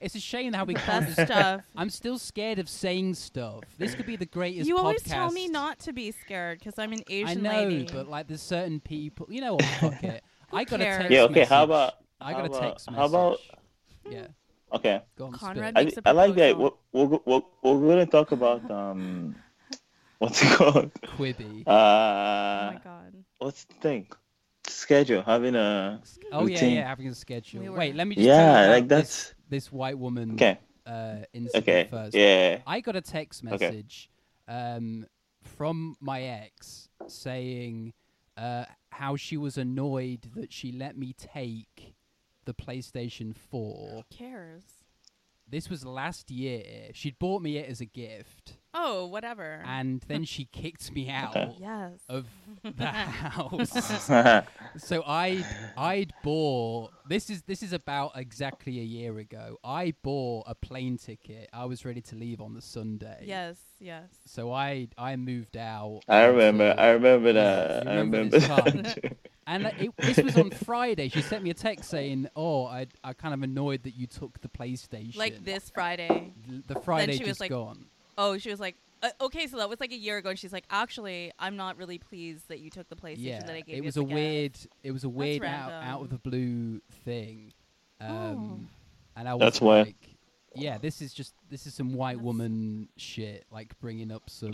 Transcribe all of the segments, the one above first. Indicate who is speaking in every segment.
Speaker 1: It's a shame how we can't.
Speaker 2: Best
Speaker 1: just-
Speaker 2: stuff.
Speaker 1: I'm still scared of saying stuff. This could be the greatest.
Speaker 2: You always tell
Speaker 1: podcast.
Speaker 2: me not to be scared because I'm an
Speaker 1: I
Speaker 2: Asian
Speaker 1: know,
Speaker 2: lady.
Speaker 1: but like there's certain people. You know what? Fuck it. I got
Speaker 2: cares?
Speaker 1: a text
Speaker 2: Yeah,
Speaker 3: Yeah. Okay. How
Speaker 1: message.
Speaker 3: about
Speaker 1: I
Speaker 3: how
Speaker 1: got a
Speaker 3: about-
Speaker 1: text message.
Speaker 3: how about-
Speaker 1: Yeah.
Speaker 3: okay?
Speaker 1: Go on, spit.
Speaker 2: Conrad
Speaker 3: I,
Speaker 2: Makes a
Speaker 3: I like that. We're,
Speaker 2: proposal.
Speaker 3: we're, go- we're, we're going to talk about um, what's it called?
Speaker 1: Quibby.
Speaker 2: oh my
Speaker 3: Uh,
Speaker 2: god.
Speaker 3: what's the thing? Schedule. Having a
Speaker 1: Oh yeah,
Speaker 3: routine.
Speaker 1: yeah, having a schedule.
Speaker 2: We were-
Speaker 1: Wait, let me just tell you
Speaker 3: yeah,
Speaker 1: about
Speaker 3: like
Speaker 1: this,
Speaker 3: that's
Speaker 1: this white woman
Speaker 3: okay.
Speaker 1: uh, incident
Speaker 3: Okay.
Speaker 1: first.
Speaker 3: Yeah.
Speaker 1: I got a text
Speaker 3: Okay.
Speaker 1: message um, from my ex saying uh, how she was annoyed that she let me take the PlayStation 4.
Speaker 2: Who cares?
Speaker 1: This was last year. She'd bought me it as a gift,
Speaker 2: Oh, whatever.
Speaker 1: and then she kicked me out
Speaker 2: yes.
Speaker 1: of the house. so I I'd bought this is this is about exactly a year ago. I bought a plane ticket. I was ready to leave on the Sunday.
Speaker 2: Yes, yes.
Speaker 1: So I I moved out.
Speaker 3: I remember.
Speaker 1: until-
Speaker 3: I remember
Speaker 1: Yeah,
Speaker 3: that.
Speaker 1: you
Speaker 3: I
Speaker 1: remember
Speaker 3: remember.
Speaker 1: this
Speaker 3: that.
Speaker 1: and like, it, this was on Friday. She sent me a text saying, "Oh, I I kind of annoyed that you took the PlayStation."
Speaker 2: Like this Friday.
Speaker 1: L- The Friday
Speaker 2: she was
Speaker 1: just
Speaker 2: like-
Speaker 1: gone.
Speaker 2: Oh, she was like, uh, okay, so that was like a year ago, and she's like, actually, I'm not really pleased that you took the PlayStation
Speaker 1: Yeah,
Speaker 2: that I gave you.
Speaker 1: it was
Speaker 2: as
Speaker 1: a
Speaker 2: gift."
Speaker 1: weird. It was a weird out
Speaker 2: random. Oh.
Speaker 1: out of the blue thing. Um, and I was
Speaker 3: That's why-
Speaker 1: like, yeah, this is just this is some white
Speaker 2: That's-
Speaker 1: woman shit, like bringing up some.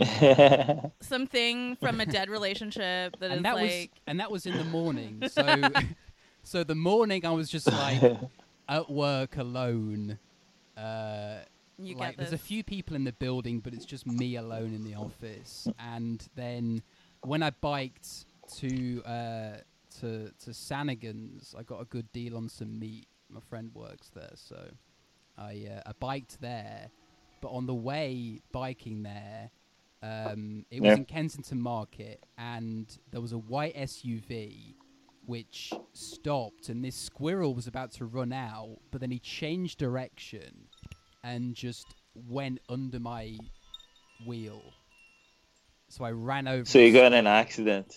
Speaker 2: something from a dead relationship that is
Speaker 1: and that was
Speaker 2: like,
Speaker 1: and that was in the morning. So, so the morning I was just like at work alone. Uh,
Speaker 2: you
Speaker 1: like
Speaker 2: get this.
Speaker 1: there's a few people in the building, but it's just me alone in the office. And then when I biked to uh, to to Sanigan's, I got a good deal on some meat. My friend works there, so I uh, I biked there. But on the way biking there, um, it was
Speaker 3: Yeah.
Speaker 1: in Kensington Market, and there was a white SUV which stopped, and this squirrel was about to run out, but then he changed direction and just went under my wheel. So I ran over.
Speaker 3: so you
Speaker 1: it.
Speaker 3: got in an accident.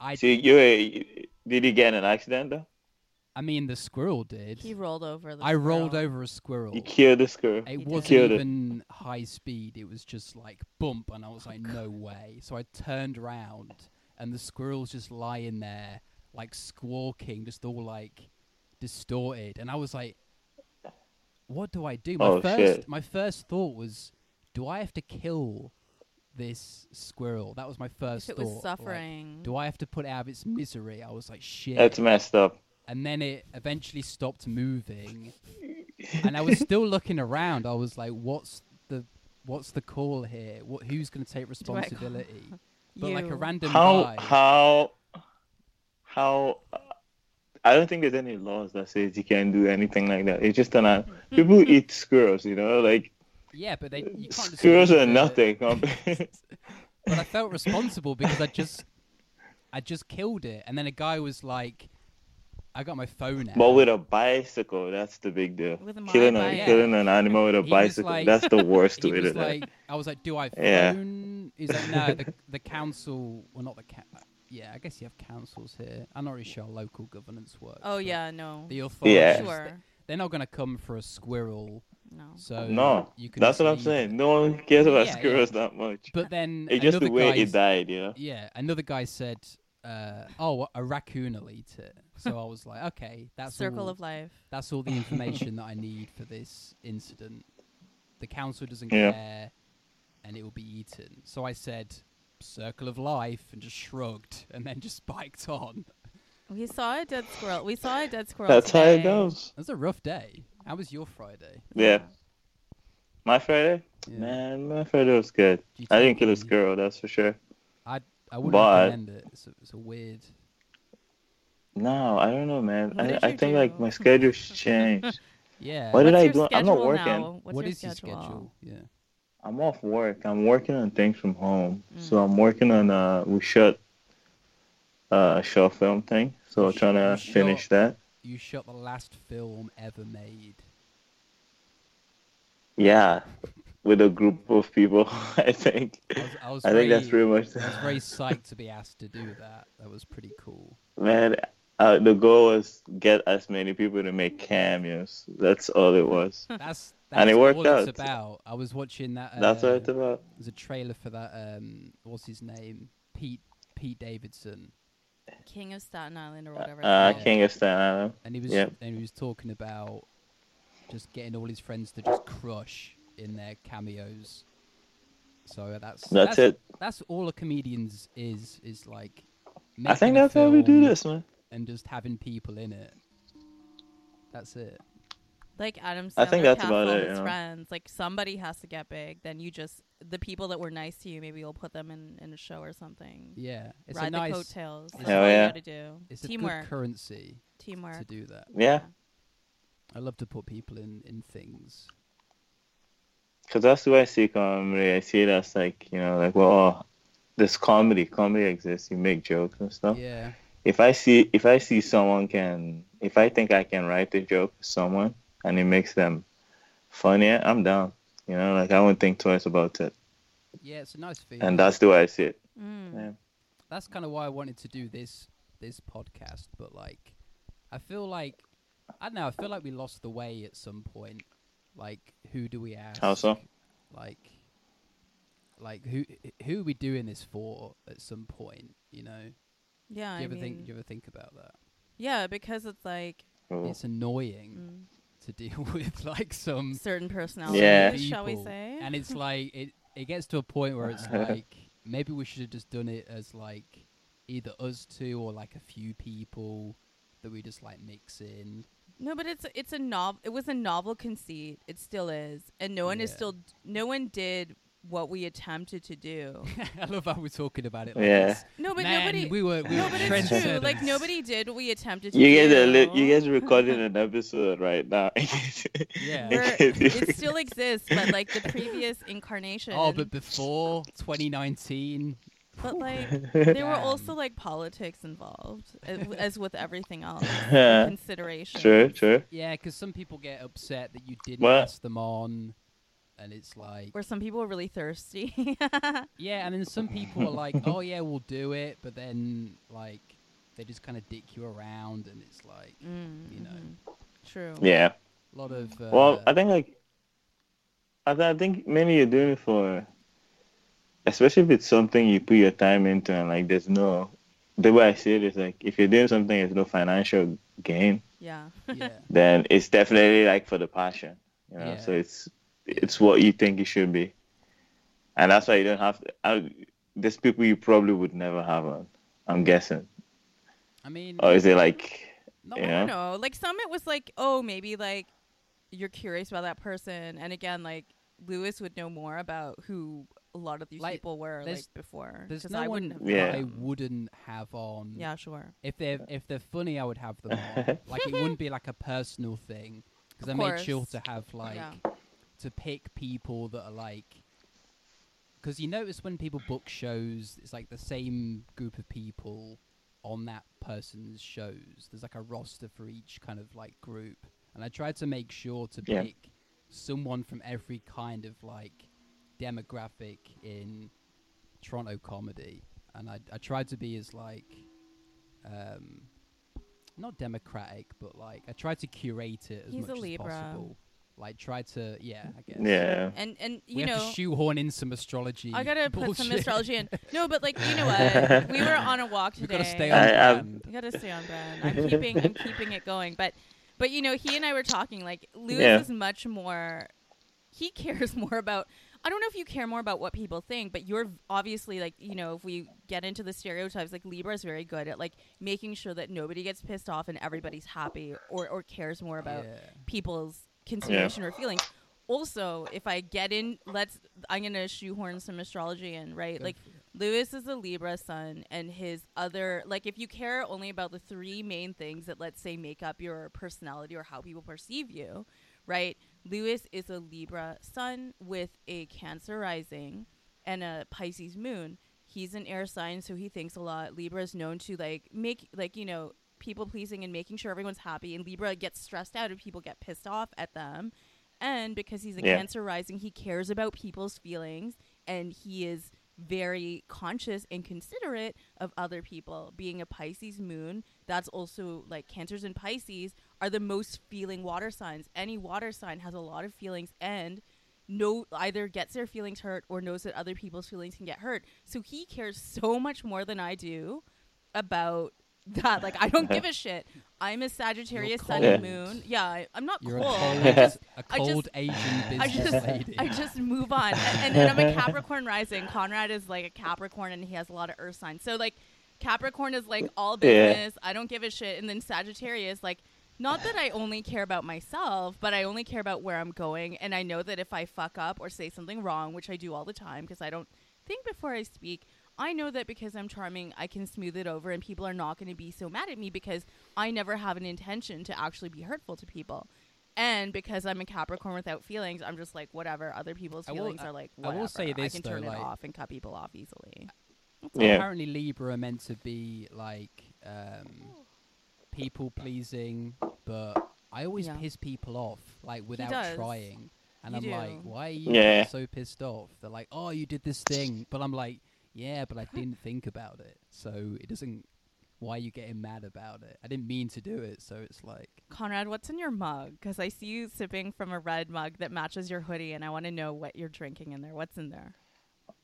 Speaker 1: I,
Speaker 3: So you, you did you get in an accident though?
Speaker 1: I mean, the squirrel did.
Speaker 2: he rolled over. The
Speaker 1: I rolled
Speaker 2: squirrel.
Speaker 1: over a squirrel.
Speaker 3: You killed the squirrel.
Speaker 1: It
Speaker 2: He
Speaker 1: wasn't
Speaker 3: did.
Speaker 1: even high speed. It was just like bump, and I was
Speaker 2: Oh,
Speaker 1: like, no way. So I turned round, and the squirrel's just lying there, like squawking, just all like distorted. And I was like, what do I do? My
Speaker 3: Oh,
Speaker 1: first,
Speaker 3: shit.
Speaker 1: my first thought was, do I have to kill this squirrel? That was my first
Speaker 2: If it
Speaker 1: thought.
Speaker 2: was
Speaker 1: like,
Speaker 2: suffering,
Speaker 1: do I have to put it out of its misery? I was like, shit
Speaker 3: That's messed up.
Speaker 1: and then it eventually stopped moving and i was still looking around i was like what's the what's the call here what who's going to take
Speaker 2: call-
Speaker 1: responsibility but like a
Speaker 2: You.
Speaker 1: random
Speaker 3: How
Speaker 1: guy
Speaker 3: how how? I don't think there's any laws that says you can't do anything like that. It's just an uh,
Speaker 1: Mm-hmm.
Speaker 3: people eat squirrels, you know, like
Speaker 1: yeah but they you can't just
Speaker 3: squirrels
Speaker 1: leave
Speaker 3: are
Speaker 1: the-
Speaker 3: nothing. compared-
Speaker 1: but i felt responsible because i just i just killed it and then a guy was like i got my phone out
Speaker 3: but with a bicycle, that's the big deal.
Speaker 2: With my
Speaker 3: Killing a
Speaker 2: bike.
Speaker 3: killing an animal with a
Speaker 1: He was
Speaker 3: bicycle,
Speaker 1: like-
Speaker 3: that's the worst
Speaker 1: he
Speaker 3: way to
Speaker 1: was
Speaker 3: do
Speaker 1: like, I was like, do I
Speaker 3: Yeah.
Speaker 1: phone? He's like, no, the, the council, well, not the ca- uh, Yeah, I guess you have councils here. I'm not really sure how local governance works.
Speaker 2: Oh
Speaker 1: but
Speaker 2: yeah, no.
Speaker 1: The authorities,
Speaker 3: Yeah.
Speaker 2: Sure.
Speaker 1: they're not going to come for a squirrel,
Speaker 2: No.
Speaker 1: so
Speaker 3: No,
Speaker 1: you can
Speaker 3: That's what I'm
Speaker 1: leave
Speaker 3: saying.
Speaker 1: it.
Speaker 3: No one cares about
Speaker 1: Yeah, yeah.
Speaker 3: squirrels that much.
Speaker 1: But then
Speaker 3: It's just
Speaker 1: another
Speaker 3: the way
Speaker 1: guy's-
Speaker 3: it died, you know.
Speaker 1: Yeah, another guy said, uh, "Oh, a raccoon will eat it." So I was like, "Okay, that's
Speaker 2: Circle
Speaker 1: all,
Speaker 2: of life.
Speaker 1: That's all the information that I need for this incident. The council doesn't
Speaker 3: Yeah.
Speaker 1: care, and it will be eaten. So I said, "Circle of life," and just shrugged, and then just biked on.
Speaker 2: We saw a dead squirrel. We saw a dead squirrel.
Speaker 3: That's how
Speaker 2: today.
Speaker 3: it goes.
Speaker 1: It was a rough day. How was your Friday?
Speaker 3: Yeah. My Friday?
Speaker 1: Yeah.
Speaker 3: Man, my Friday was good.
Speaker 1: Do you
Speaker 3: I
Speaker 1: take
Speaker 3: didn't kill a
Speaker 1: the-
Speaker 3: squirrel, that's for sure.
Speaker 1: I I wouldn't
Speaker 3: But-
Speaker 1: recommend it. It's a, it's a weird.
Speaker 3: No, I don't know, man.
Speaker 2: What
Speaker 3: I,
Speaker 2: did
Speaker 3: I
Speaker 2: you
Speaker 3: think like
Speaker 2: do?
Speaker 3: my schedule's changed.
Speaker 1: Yeah.
Speaker 3: What did
Speaker 2: What's
Speaker 3: I
Speaker 2: your
Speaker 3: do? I'm not
Speaker 2: schedule
Speaker 3: working.
Speaker 2: now? What's
Speaker 1: what
Speaker 2: your
Speaker 1: is your schedule? Yeah.
Speaker 3: I'm off work. I'm working on things from home.
Speaker 2: Mm.
Speaker 3: So I'm working on uh we shot uh, a short film thing. So
Speaker 1: You sh-
Speaker 3: trying
Speaker 1: you
Speaker 3: to
Speaker 1: shot-
Speaker 3: finish that.
Speaker 1: You shot the last film ever made.
Speaker 3: Yeah. With a group of people, I think.
Speaker 1: I was, I was
Speaker 3: I
Speaker 1: very,
Speaker 3: think that's pretty much
Speaker 1: I was very psyched to be asked to do that. That was pretty cool.
Speaker 3: Man, Uh, the goal was get as many people to make cameos. That's all it was.
Speaker 1: That's, that's
Speaker 3: And it worked
Speaker 1: all
Speaker 3: out.
Speaker 1: it's about. I was watching that. Uh,
Speaker 3: That's what it's about.
Speaker 1: There's a trailer for that. Um, what's his name? Pete Pete Davidson,
Speaker 2: King of Staten Island or whatever.
Speaker 3: Uh,
Speaker 2: it's called.
Speaker 3: King of Staten Island.
Speaker 1: and he was
Speaker 3: Yep.
Speaker 1: and he was talking about just getting all his friends to just crush in their cameos. So that's
Speaker 3: That's it.
Speaker 1: That's all a comedian's is is like.
Speaker 3: I think
Speaker 1: making a
Speaker 3: that's how we do
Speaker 1: film
Speaker 3: this, man.
Speaker 1: And just having people in it. That's it.
Speaker 2: Like Adam Sandler
Speaker 3: I think that's
Speaker 2: cast
Speaker 3: about
Speaker 2: all
Speaker 3: it,
Speaker 2: His
Speaker 3: yeah.
Speaker 2: friends, like somebody has to get big. Then you just the people that were nice to you, maybe you'll put them in, in a show or something.
Speaker 1: Yeah, it's
Speaker 2: Ride
Speaker 1: a nice.
Speaker 2: the coattails. That's
Speaker 1: Hell
Speaker 2: all you
Speaker 3: yeah.
Speaker 2: gotta do.
Speaker 1: It's a
Speaker 2: Teamwork.
Speaker 1: good currency to
Speaker 2: Teamwork.
Speaker 1: do that.
Speaker 3: Yeah,
Speaker 1: I love to put people in in things.
Speaker 3: because that's the way I see comedy. I see it as like you know, like well, oh, this comedy, comedy exists. You make jokes and stuff.
Speaker 1: Yeah,
Speaker 3: If I see, if I see someone can, if I think I can write the joke for someone and it makes them funnier, I'm down. You know, like I won't think twice about it.
Speaker 1: yeah, it's a nice feeling.
Speaker 3: And that's the way I see it.
Speaker 2: Mm.
Speaker 3: Yeah.
Speaker 1: that's kind of why I wanted to do this this podcast. But like, I feel like I don't know. I feel like we lost the way at some point. Like, who do we ask?
Speaker 3: How so?
Speaker 1: Like, like who who are we doing this for? At some point, you know.
Speaker 2: Yeah,
Speaker 1: do you
Speaker 2: I
Speaker 1: ever
Speaker 2: mean,
Speaker 1: think? Do you ever think about that?
Speaker 2: yeah, because it's like
Speaker 3: Cool.
Speaker 1: It's annoying
Speaker 2: mm,
Speaker 1: to deal with, like some
Speaker 2: certain personalities,
Speaker 3: Yeah.
Speaker 2: shall we
Speaker 1: Mm. people.
Speaker 2: say?
Speaker 1: And it's like it it gets to a point where it's like maybe we should have just done it as like either us two or like a few people that we just like mix in.
Speaker 2: No, but it's it's a novel. It was a novel conceit. It still is, and no one is
Speaker 1: Yeah.
Speaker 2: still. No one did what we attempted to do.
Speaker 1: I love how we're talking about it. Like
Speaker 3: Yeah.
Speaker 1: this.
Speaker 2: No, but
Speaker 1: Man,
Speaker 2: nobody.
Speaker 1: We were. We
Speaker 2: no,
Speaker 1: were
Speaker 2: but it's true.
Speaker 1: trendsetters.
Speaker 2: Like nobody did what we attempted to
Speaker 3: You
Speaker 2: do.
Speaker 3: guys are li- you guys are recording an episode right now.
Speaker 1: Yeah.
Speaker 2: We're-
Speaker 3: If you-
Speaker 2: it still exists, but like the previous incarnation.
Speaker 1: Oh, but before 2019,
Speaker 2: but, like there were
Speaker 1: Damn.
Speaker 2: also like politics involved, as, as with everything else.
Speaker 3: Yeah.
Speaker 2: consideration.
Speaker 3: True, true.
Speaker 1: yeah, because some people get upset that you didn't
Speaker 3: Well-
Speaker 1: ask them on, and it's like
Speaker 2: Where some people are really thirsty. Mm-hmm.
Speaker 1: Yeah, and then some people are like, "Oh yeah, we'll do it," but then like they just kind of dick you around, and it's like
Speaker 2: Mm,
Speaker 1: You know.
Speaker 2: mhm. True.
Speaker 3: Yeah.
Speaker 1: a lot of. Uh,
Speaker 3: Well, I think like I, th- I think mainly you're doing it for, especially if it's something you put your time into and like there's no. The way I see it is like if you're doing something there's no financial gain,
Speaker 2: Yeah.
Speaker 1: yeah,
Speaker 3: then it's definitely like for the passion. You know,
Speaker 1: Yeah.
Speaker 3: so it's it's what you think it should be, and that's why you don't have. To, I, there's people you probably would never have on. I'm guessing,
Speaker 1: I mean,
Speaker 3: or Oh, is it like
Speaker 1: not
Speaker 3: yeah.
Speaker 2: I don't know. Like some it was like, oh, maybe like you're curious about that person, and again, like Lewis would know more about who a lot of these
Speaker 1: Like,
Speaker 2: people were like
Speaker 1: there's-
Speaker 2: before.
Speaker 1: there's
Speaker 2: 'cause
Speaker 1: no
Speaker 2: I
Speaker 1: one
Speaker 2: wouldn't have.
Speaker 3: Yeah.
Speaker 1: that I
Speaker 2: known.
Speaker 1: wouldn't have on.
Speaker 2: Yeah, sure.
Speaker 1: If they're if they're funny, I would have them on. like it wouldn't be like a personal thing because I
Speaker 2: Of
Speaker 1: made sure
Speaker 2: course.
Speaker 1: to have like
Speaker 2: Yeah.
Speaker 1: to pick people that are like. Because you notice when people book shows, it's like the same group of people on that person's shows. There's like a roster for each kind of like group, and I tried to make sure to
Speaker 3: Yeah.
Speaker 1: pick someone from every kind of like demographic in Toronto comedy, and I, I tried to be as like, um, not democratic, but like I tried to curate it as
Speaker 2: He's a
Speaker 1: much as
Speaker 2: Libra.
Speaker 1: possible. Like try to yeah, I guess.
Speaker 3: yeah?
Speaker 2: And and
Speaker 1: we
Speaker 2: you
Speaker 1: have
Speaker 2: know,
Speaker 1: to shoehorn in some astrology.
Speaker 2: I gotta
Speaker 1: bullshit.
Speaker 2: put some astrology in. No, but like you know what, we were on a walk
Speaker 1: We've
Speaker 2: today.
Speaker 1: got to stay
Speaker 3: I-
Speaker 1: on
Speaker 3: I've-
Speaker 1: brand.
Speaker 2: You gotta stay on brand. I'm keeping I'm keeping it going. But but you know, he and I were talking, like Lewis
Speaker 3: Yeah.
Speaker 2: is much more he cares more about I don't know if you care more about what people think, but you're obviously like, you know, if we get into the stereotypes, like Libra is very good at like making sure that nobody gets pissed off and everybody's happy or, or cares more about
Speaker 1: Yeah.
Speaker 2: people's consideration or feelings. Also, if I get in, let's I'm gonna shoehorn some astrology in, right?
Speaker 1: Go
Speaker 2: like
Speaker 1: for it.
Speaker 2: Lewis is a Libra sun, and his other like if you care only about the three main things that let's say make up your personality or how people perceive you, right? Lewis is a Libra sun with a Cancer rising and a Pisces moon. He's an air sign, so he thinks a lot. Libra is known to like make like you know people pleasing and making sure everyone's happy. And Libra gets stressed out if people get pissed off at them. And because he's a
Speaker 3: Yeah.
Speaker 2: Cancer rising, he cares about people's feelings and he is very conscious and considerate of other people. Being a Pisces moon, that's also like Cancers and Pisces are the most feeling water signs. Any water sign has a lot of feelings and no either gets their feelings hurt or knows that other people's feelings can get hurt. So he cares so much more than I do about that. Like I don't give a shit. I'm a Sagittarius sun and
Speaker 1: cold.
Speaker 2: moon. Yeah, I, I'm not
Speaker 1: You're a
Speaker 2: cold.
Speaker 1: cold,
Speaker 2: I just-
Speaker 1: a
Speaker 2: I just-
Speaker 1: cold Asian
Speaker 2: I
Speaker 1: business
Speaker 2: just,
Speaker 1: lady.
Speaker 2: I just move on, and, and, and I'm a Capricorn rising. Conrad is like a Capricorn, and he has a lot of Earth signs. So like, Capricorn is like all
Speaker 3: Yeah.
Speaker 2: business. I don't give a shit. And then Sagittarius, like, not that I only care about myself, but I only care about where I'm going, and I know that if I fuck up or say something wrong, which I do all the time because I don't think before I speak. I know that because I'm charming, I can smooth it over, and people are not going to be so mad at me because I never have an intention to actually be hurtful to people. And because I'm a Capricorn without feelings, I'm just like whatever. Other people's
Speaker 1: I will-
Speaker 2: feelings
Speaker 1: I-
Speaker 2: are like
Speaker 1: I will
Speaker 2: whatever.
Speaker 1: say this,
Speaker 2: can
Speaker 1: though,
Speaker 2: turn
Speaker 1: like-
Speaker 2: it off and cut people off easily.
Speaker 3: Yeah.
Speaker 1: Apparently, Libra are meant to be like um, people pleasing, but I always
Speaker 2: Yeah.
Speaker 1: piss people off like without
Speaker 2: does.
Speaker 1: trying, and
Speaker 2: You
Speaker 1: I'm
Speaker 2: do.
Speaker 1: like, why are you
Speaker 3: Yeah.
Speaker 1: so pissed off? They're like, oh, you did this thing, but I'm like, yeah, but I didn't think about it, so it doesn't. Why are you getting mad about it? I didn't mean to do it, so it's like,
Speaker 2: Conrad, what's in your mug? Because I see you sipping from a red mug that matches your hoodie, and I want to know what you're drinking in there. What's in there?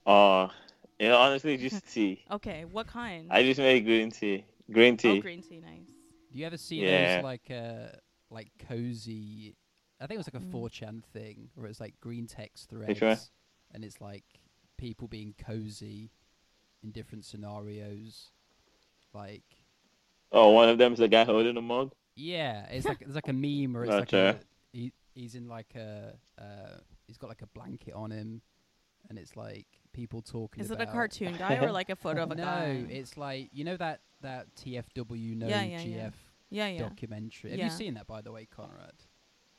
Speaker 3: Oh, you know, honestly, just tea.
Speaker 2: Okay, what kind?
Speaker 3: I just make green tea. Green
Speaker 2: oh,
Speaker 3: tea.
Speaker 2: green tea, nice.
Speaker 1: do you ever see
Speaker 3: Yeah.
Speaker 1: those like uh, like cozy? I think it was like a
Speaker 2: Mm.
Speaker 1: 4chan thing, where it's like green text
Speaker 3: Which
Speaker 1: threads,
Speaker 3: one?
Speaker 1: and it's like people being cozy in different scenarios. Like,
Speaker 3: Oh, one of them is the guy holding a mug.
Speaker 1: yeah, it's like it's like a meme where it's like a,
Speaker 3: Gotcha.
Speaker 1: he, he's in like a uh, he's got like a blanket on him, and it's like people talking.
Speaker 2: Is it
Speaker 1: about,
Speaker 2: a cartoon guy or like a photo of a
Speaker 1: no,
Speaker 2: guy?
Speaker 1: it's like you know that that TFW no
Speaker 2: Yeah, yeah,
Speaker 1: GF
Speaker 2: yeah. yeah, yeah.
Speaker 1: documentary. Have
Speaker 2: Yeah.
Speaker 1: you seen that, by the way, Conrad?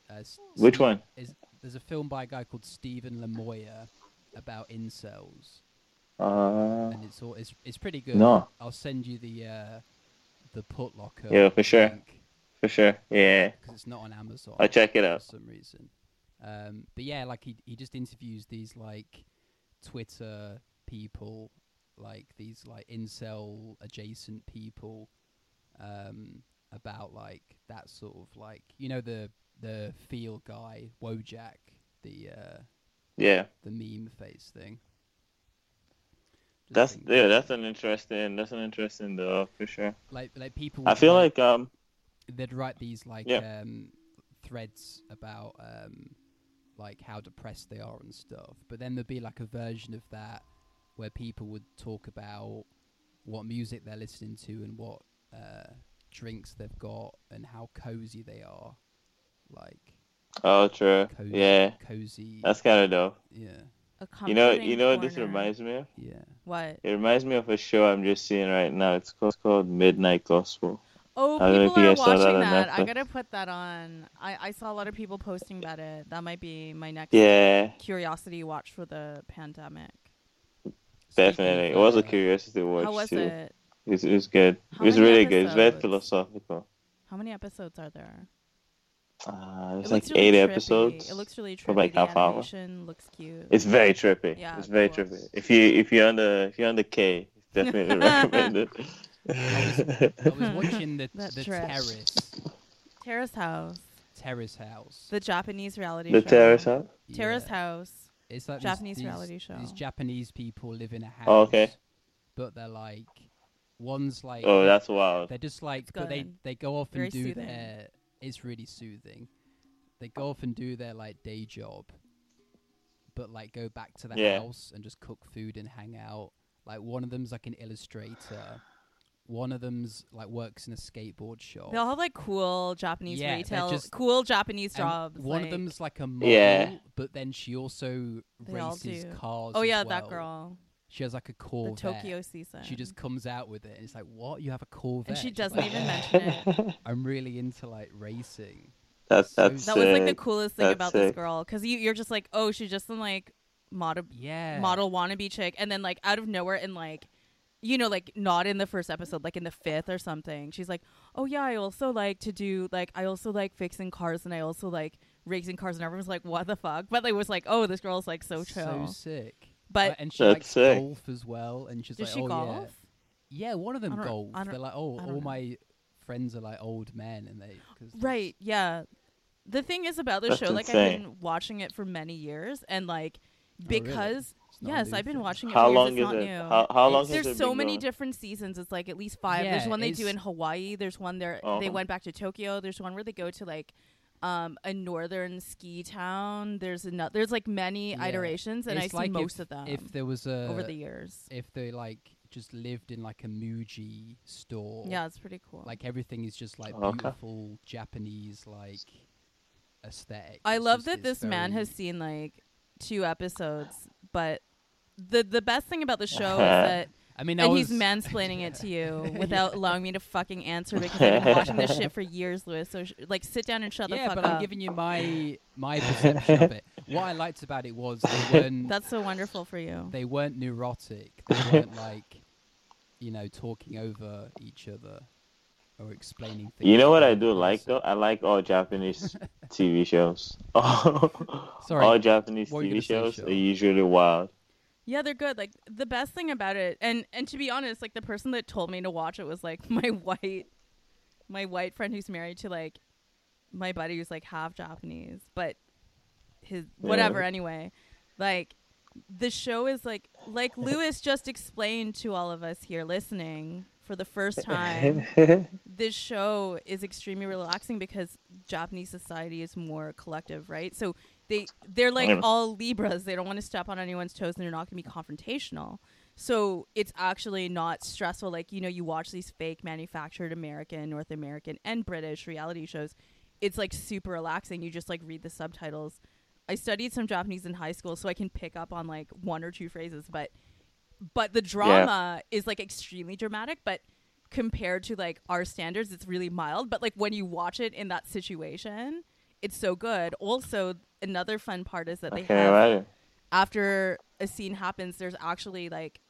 Speaker 1: Uh, s-
Speaker 3: Which
Speaker 1: Steve-
Speaker 3: one?
Speaker 1: Is, there's a film by a guy called Stephen Lemoyer about incels,
Speaker 3: Uh,
Speaker 1: and it's all it's, it's pretty good.
Speaker 3: no,
Speaker 1: I'll send you the uh, the Putlocker.
Speaker 3: Yeah, for sure. for sure. Yeah,
Speaker 1: Because it's not on Amazon.
Speaker 3: I'll check it
Speaker 1: for
Speaker 3: out.
Speaker 1: some reason. Um, but yeah, like he he just interviews these like Twitter people, like these like incel adjacent people, um, about like that sort of like you know the the feel guy Wojak the uh,
Speaker 3: Yeah,
Speaker 1: the meme face thing. Just
Speaker 3: that's
Speaker 1: think-
Speaker 3: yeah, that's an interesting, that's an interesting though for sure.
Speaker 1: like like people.
Speaker 3: I
Speaker 1: would
Speaker 3: feel
Speaker 1: write-
Speaker 3: like um,
Speaker 1: they'd write these like
Speaker 3: Yeah.
Speaker 1: um, threads about um, like how depressed they are and stuff. But then there'd be like a version of that where people would talk about what music they're listening to and what uh, drinks they've got and how cozy they are, like
Speaker 3: oh, true.
Speaker 1: cozy,
Speaker 3: Yeah,
Speaker 1: cozy,
Speaker 3: that's kind of dope.
Speaker 1: yeah,
Speaker 2: A
Speaker 3: You know,
Speaker 2: comforting
Speaker 3: you know what this
Speaker 2: corner.
Speaker 3: reminds me of?
Speaker 1: yeah.
Speaker 2: What?
Speaker 3: It reminds me of a show I'm just seeing right now. It's called, it's called Midnight Gospel.
Speaker 2: Oh,
Speaker 3: I don't know if
Speaker 2: people
Speaker 3: you
Speaker 2: are
Speaker 3: guys saw that
Speaker 2: watching
Speaker 3: on
Speaker 2: that. I
Speaker 3: Netflix.
Speaker 2: gotta put that on. I, I saw a lot of people posting about it. That might be my next
Speaker 3: Yeah,
Speaker 2: curiosity watch for the pandemic.
Speaker 1: Speaking
Speaker 3: definitely.
Speaker 1: of,
Speaker 3: It was a
Speaker 1: uh,
Speaker 3: curiosity watch
Speaker 2: How was
Speaker 3: too.
Speaker 2: it?
Speaker 3: It's, it's good.
Speaker 2: How
Speaker 3: it's
Speaker 2: many
Speaker 3: really good. It's very
Speaker 2: episodes?
Speaker 3: philosophical.
Speaker 2: How many episodes are there?
Speaker 3: Uh, it's
Speaker 2: It
Speaker 3: like
Speaker 2: looks really
Speaker 3: eight
Speaker 2: trippy.
Speaker 3: episodes.
Speaker 2: It looks really trippy.
Speaker 3: for like
Speaker 2: the
Speaker 3: half hour.
Speaker 2: animation looks cute.
Speaker 3: It's very trippy.
Speaker 2: Yeah,
Speaker 3: it's very
Speaker 2: of
Speaker 3: trippy.
Speaker 2: course.
Speaker 3: If you if you're on the if you're on the K, it's definitely recommended.
Speaker 1: I was watching the
Speaker 2: That
Speaker 1: the
Speaker 2: trash.
Speaker 1: terrace
Speaker 2: Terrace House,
Speaker 1: terrace house.
Speaker 2: the Japanese reality
Speaker 3: the
Speaker 2: show.
Speaker 3: terrace house.
Speaker 2: Terrace
Speaker 1: Yeah.
Speaker 2: House.
Speaker 1: It's like
Speaker 2: Japanese
Speaker 1: these, these,
Speaker 2: reality show.
Speaker 1: These Japanese people live in a house.
Speaker 3: Oh, okay.
Speaker 1: But they're like, one's like,
Speaker 3: Oh, that's wild.
Speaker 1: they're just like,
Speaker 2: It's
Speaker 1: but they
Speaker 2: good.
Speaker 1: they go off
Speaker 2: Very
Speaker 1: and do
Speaker 2: soothing.
Speaker 1: their. It's really soothing. They go off and do their like day job, but like go back to the
Speaker 3: Yeah.
Speaker 1: house and just cook food and hang out. Like one of them's like an illustrator. One of them's like works in a skateboard shop.
Speaker 2: They all have like cool Japanese
Speaker 1: Oh. Yeah, they're
Speaker 2: retail,
Speaker 1: just-
Speaker 2: cool Japanese
Speaker 1: And
Speaker 2: jobs.
Speaker 1: One
Speaker 2: like-
Speaker 1: of them's like a model,
Speaker 3: Yeah.
Speaker 1: but then she also
Speaker 2: They all
Speaker 1: races
Speaker 2: do.
Speaker 1: cars.
Speaker 2: Oh
Speaker 1: as
Speaker 2: yeah, that
Speaker 1: well.
Speaker 2: girl.
Speaker 1: She has like a
Speaker 2: The
Speaker 1: Corvette.
Speaker 2: Tokyo season.
Speaker 1: She just comes out with it, and it's like, "What? You have a Corvette?"
Speaker 2: and she
Speaker 1: She's
Speaker 2: doesn't
Speaker 1: like,
Speaker 2: even mention it.
Speaker 1: I'm really into like racing.
Speaker 3: That's that's
Speaker 2: That was like the
Speaker 3: sick.
Speaker 2: coolest thing
Speaker 3: That's
Speaker 2: about this
Speaker 3: sick.
Speaker 2: girl because you you're just like, oh, she's just some like model
Speaker 1: Yeah.
Speaker 2: model wannabe chick, and then like out of nowhere and like. You know, like not in the first episode, like in the fifth or something. She's like, "Oh yeah, I also like to do like I also like fixing cars and I also like racing cars." And everyone's like, "What the fuck?" But they was like, "Oh, this girl's like
Speaker 1: so
Speaker 2: so chill."
Speaker 1: sick.
Speaker 2: But
Speaker 1: and she
Speaker 3: That's
Speaker 1: likes
Speaker 3: sick.
Speaker 1: golf as well. And she's
Speaker 2: does
Speaker 1: like,
Speaker 2: she
Speaker 1: oh
Speaker 2: golf?
Speaker 1: yeah, yeah. One of
Speaker 2: I
Speaker 1: them
Speaker 2: don't-
Speaker 1: golf.
Speaker 2: I don't-
Speaker 1: They're like, oh,
Speaker 2: I don't
Speaker 1: all
Speaker 2: know."
Speaker 1: my friends are like old men, and they cause that's-
Speaker 2: Right, yeah. The thing is about the
Speaker 3: That's
Speaker 2: show, like I've
Speaker 3: insane.
Speaker 2: been watching it for many years, and like
Speaker 1: Oh, really?
Speaker 2: because
Speaker 1: it's not a
Speaker 2: yes,
Speaker 1: new
Speaker 2: I've been
Speaker 1: thing.
Speaker 2: watching it.
Speaker 3: How
Speaker 2: for years.
Speaker 3: long is
Speaker 2: It's not
Speaker 3: it?
Speaker 2: New.
Speaker 3: How, how long
Speaker 1: It's-
Speaker 3: has
Speaker 2: there's
Speaker 3: it
Speaker 2: so
Speaker 3: been
Speaker 2: many
Speaker 3: going?
Speaker 2: different seasons. It's like at least five.
Speaker 1: Yeah,
Speaker 2: there's one they do
Speaker 1: it's-
Speaker 2: in Hawaii. There's one there. They
Speaker 3: Oh.
Speaker 2: went back to Tokyo. There's one where they go to like um a northern ski town. There's another. There's like many
Speaker 1: Yeah.
Speaker 2: iterations, and
Speaker 1: It's
Speaker 2: I see
Speaker 1: like
Speaker 2: most
Speaker 1: if,
Speaker 2: of them
Speaker 1: If there was a
Speaker 2: over the years.
Speaker 1: if they like just lived in like a Muji store.
Speaker 2: Yeah, it's pretty cool.
Speaker 1: Like everything is just like
Speaker 3: Okay.
Speaker 1: beautiful Japanese like aesthetic.
Speaker 2: I
Speaker 1: It's
Speaker 2: love
Speaker 1: just-
Speaker 2: that
Speaker 1: it's
Speaker 2: this man
Speaker 1: very-
Speaker 2: has seen like two episodes, but the the best thing about the show is that
Speaker 1: I mean, I
Speaker 2: and he's
Speaker 1: was-
Speaker 2: mansplaining it to you without allowing me to fucking answer because
Speaker 3: Yeah.
Speaker 2: I've been watching this shit for years, Lewis. So sh- like, sit down and shut the
Speaker 1: yeah,
Speaker 2: fuck
Speaker 1: but
Speaker 2: up.
Speaker 1: I'm giving you my my perception of it. What I liked about it was they weren't
Speaker 2: That's so wonderful for you.
Speaker 1: they weren't neurotic. They weren't like you know talking over each other or explaining things.
Speaker 3: You know what
Speaker 1: about
Speaker 3: I do
Speaker 1: the
Speaker 3: like though?
Speaker 1: person.
Speaker 3: I like all Japanese TV shows. Sorry, all
Speaker 1: Sorry,
Speaker 3: Japanese
Speaker 1: what were you
Speaker 3: TV
Speaker 1: gonna
Speaker 3: shows
Speaker 1: say,
Speaker 3: are
Speaker 1: Cheryl?
Speaker 3: usually wild.
Speaker 2: Yeah, they're good. Like the best thing about it, and and to be honest, like the person that told me to watch it was like my white, my white friend who's married to like my buddy who's like half Japanese, but his whatever anyway. Like the show is like like Lewis just explained to all of us here listening for the first time. this show is extremely relaxing because Japanese society is more collective, right? So they they're like
Speaker 3: Yeah.
Speaker 2: all Libras. They don't want to step on anyone's toes and they're not going to be confrontational. So it's actually not stressful like you know you watch these fake manufactured American, North American and British reality shows. It's like super relaxing. You just like read the subtitles. I studied some Japanese in high school so I can pick up on like one or two phrases, but but the drama is like extremely dramatic but compared to like our standards it's really mild but like when you watch it in that situation it's so good also another fun part is that
Speaker 3: I
Speaker 2: they
Speaker 3: can't
Speaker 2: have
Speaker 3: imagine.
Speaker 2: after a scene happens there's actually like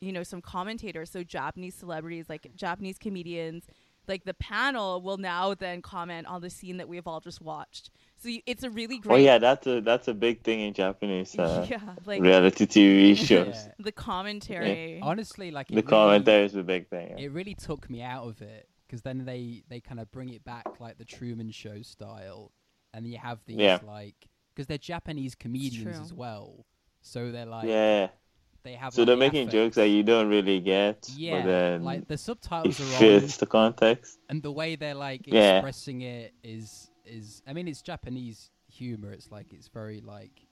Speaker 2: you know some commentators so japanese celebrities like japanese comedians like the panel will now then comment on the scene that we have all just watched so you, it's a really great
Speaker 3: Oh yeah, that's a that's a big thing in Japanese uh,
Speaker 2: yeah like
Speaker 3: reality TV shows.
Speaker 1: Yeah.
Speaker 2: the commentary
Speaker 1: honestly like
Speaker 3: The
Speaker 1: it really-
Speaker 3: commentary is the big thing. yeah.
Speaker 1: it really took me out of it because then they they kind of bring it back like the Truman Show style, and you have these
Speaker 3: Yeah.
Speaker 1: like because they're Japanese comedians
Speaker 2: true.
Speaker 1: as well, so they're like
Speaker 3: yeah.
Speaker 1: they have
Speaker 3: So
Speaker 1: like,
Speaker 3: they're
Speaker 1: the
Speaker 3: making
Speaker 1: affect-
Speaker 3: jokes that you don't really get,
Speaker 1: Yeah,
Speaker 3: but then
Speaker 1: like the
Speaker 3: it
Speaker 1: subtitles are on,
Speaker 3: fits the context.
Speaker 1: and the way they're like
Speaker 3: Yeah.
Speaker 1: expressing it is is I mean it's Japanese humor. It's like it's very like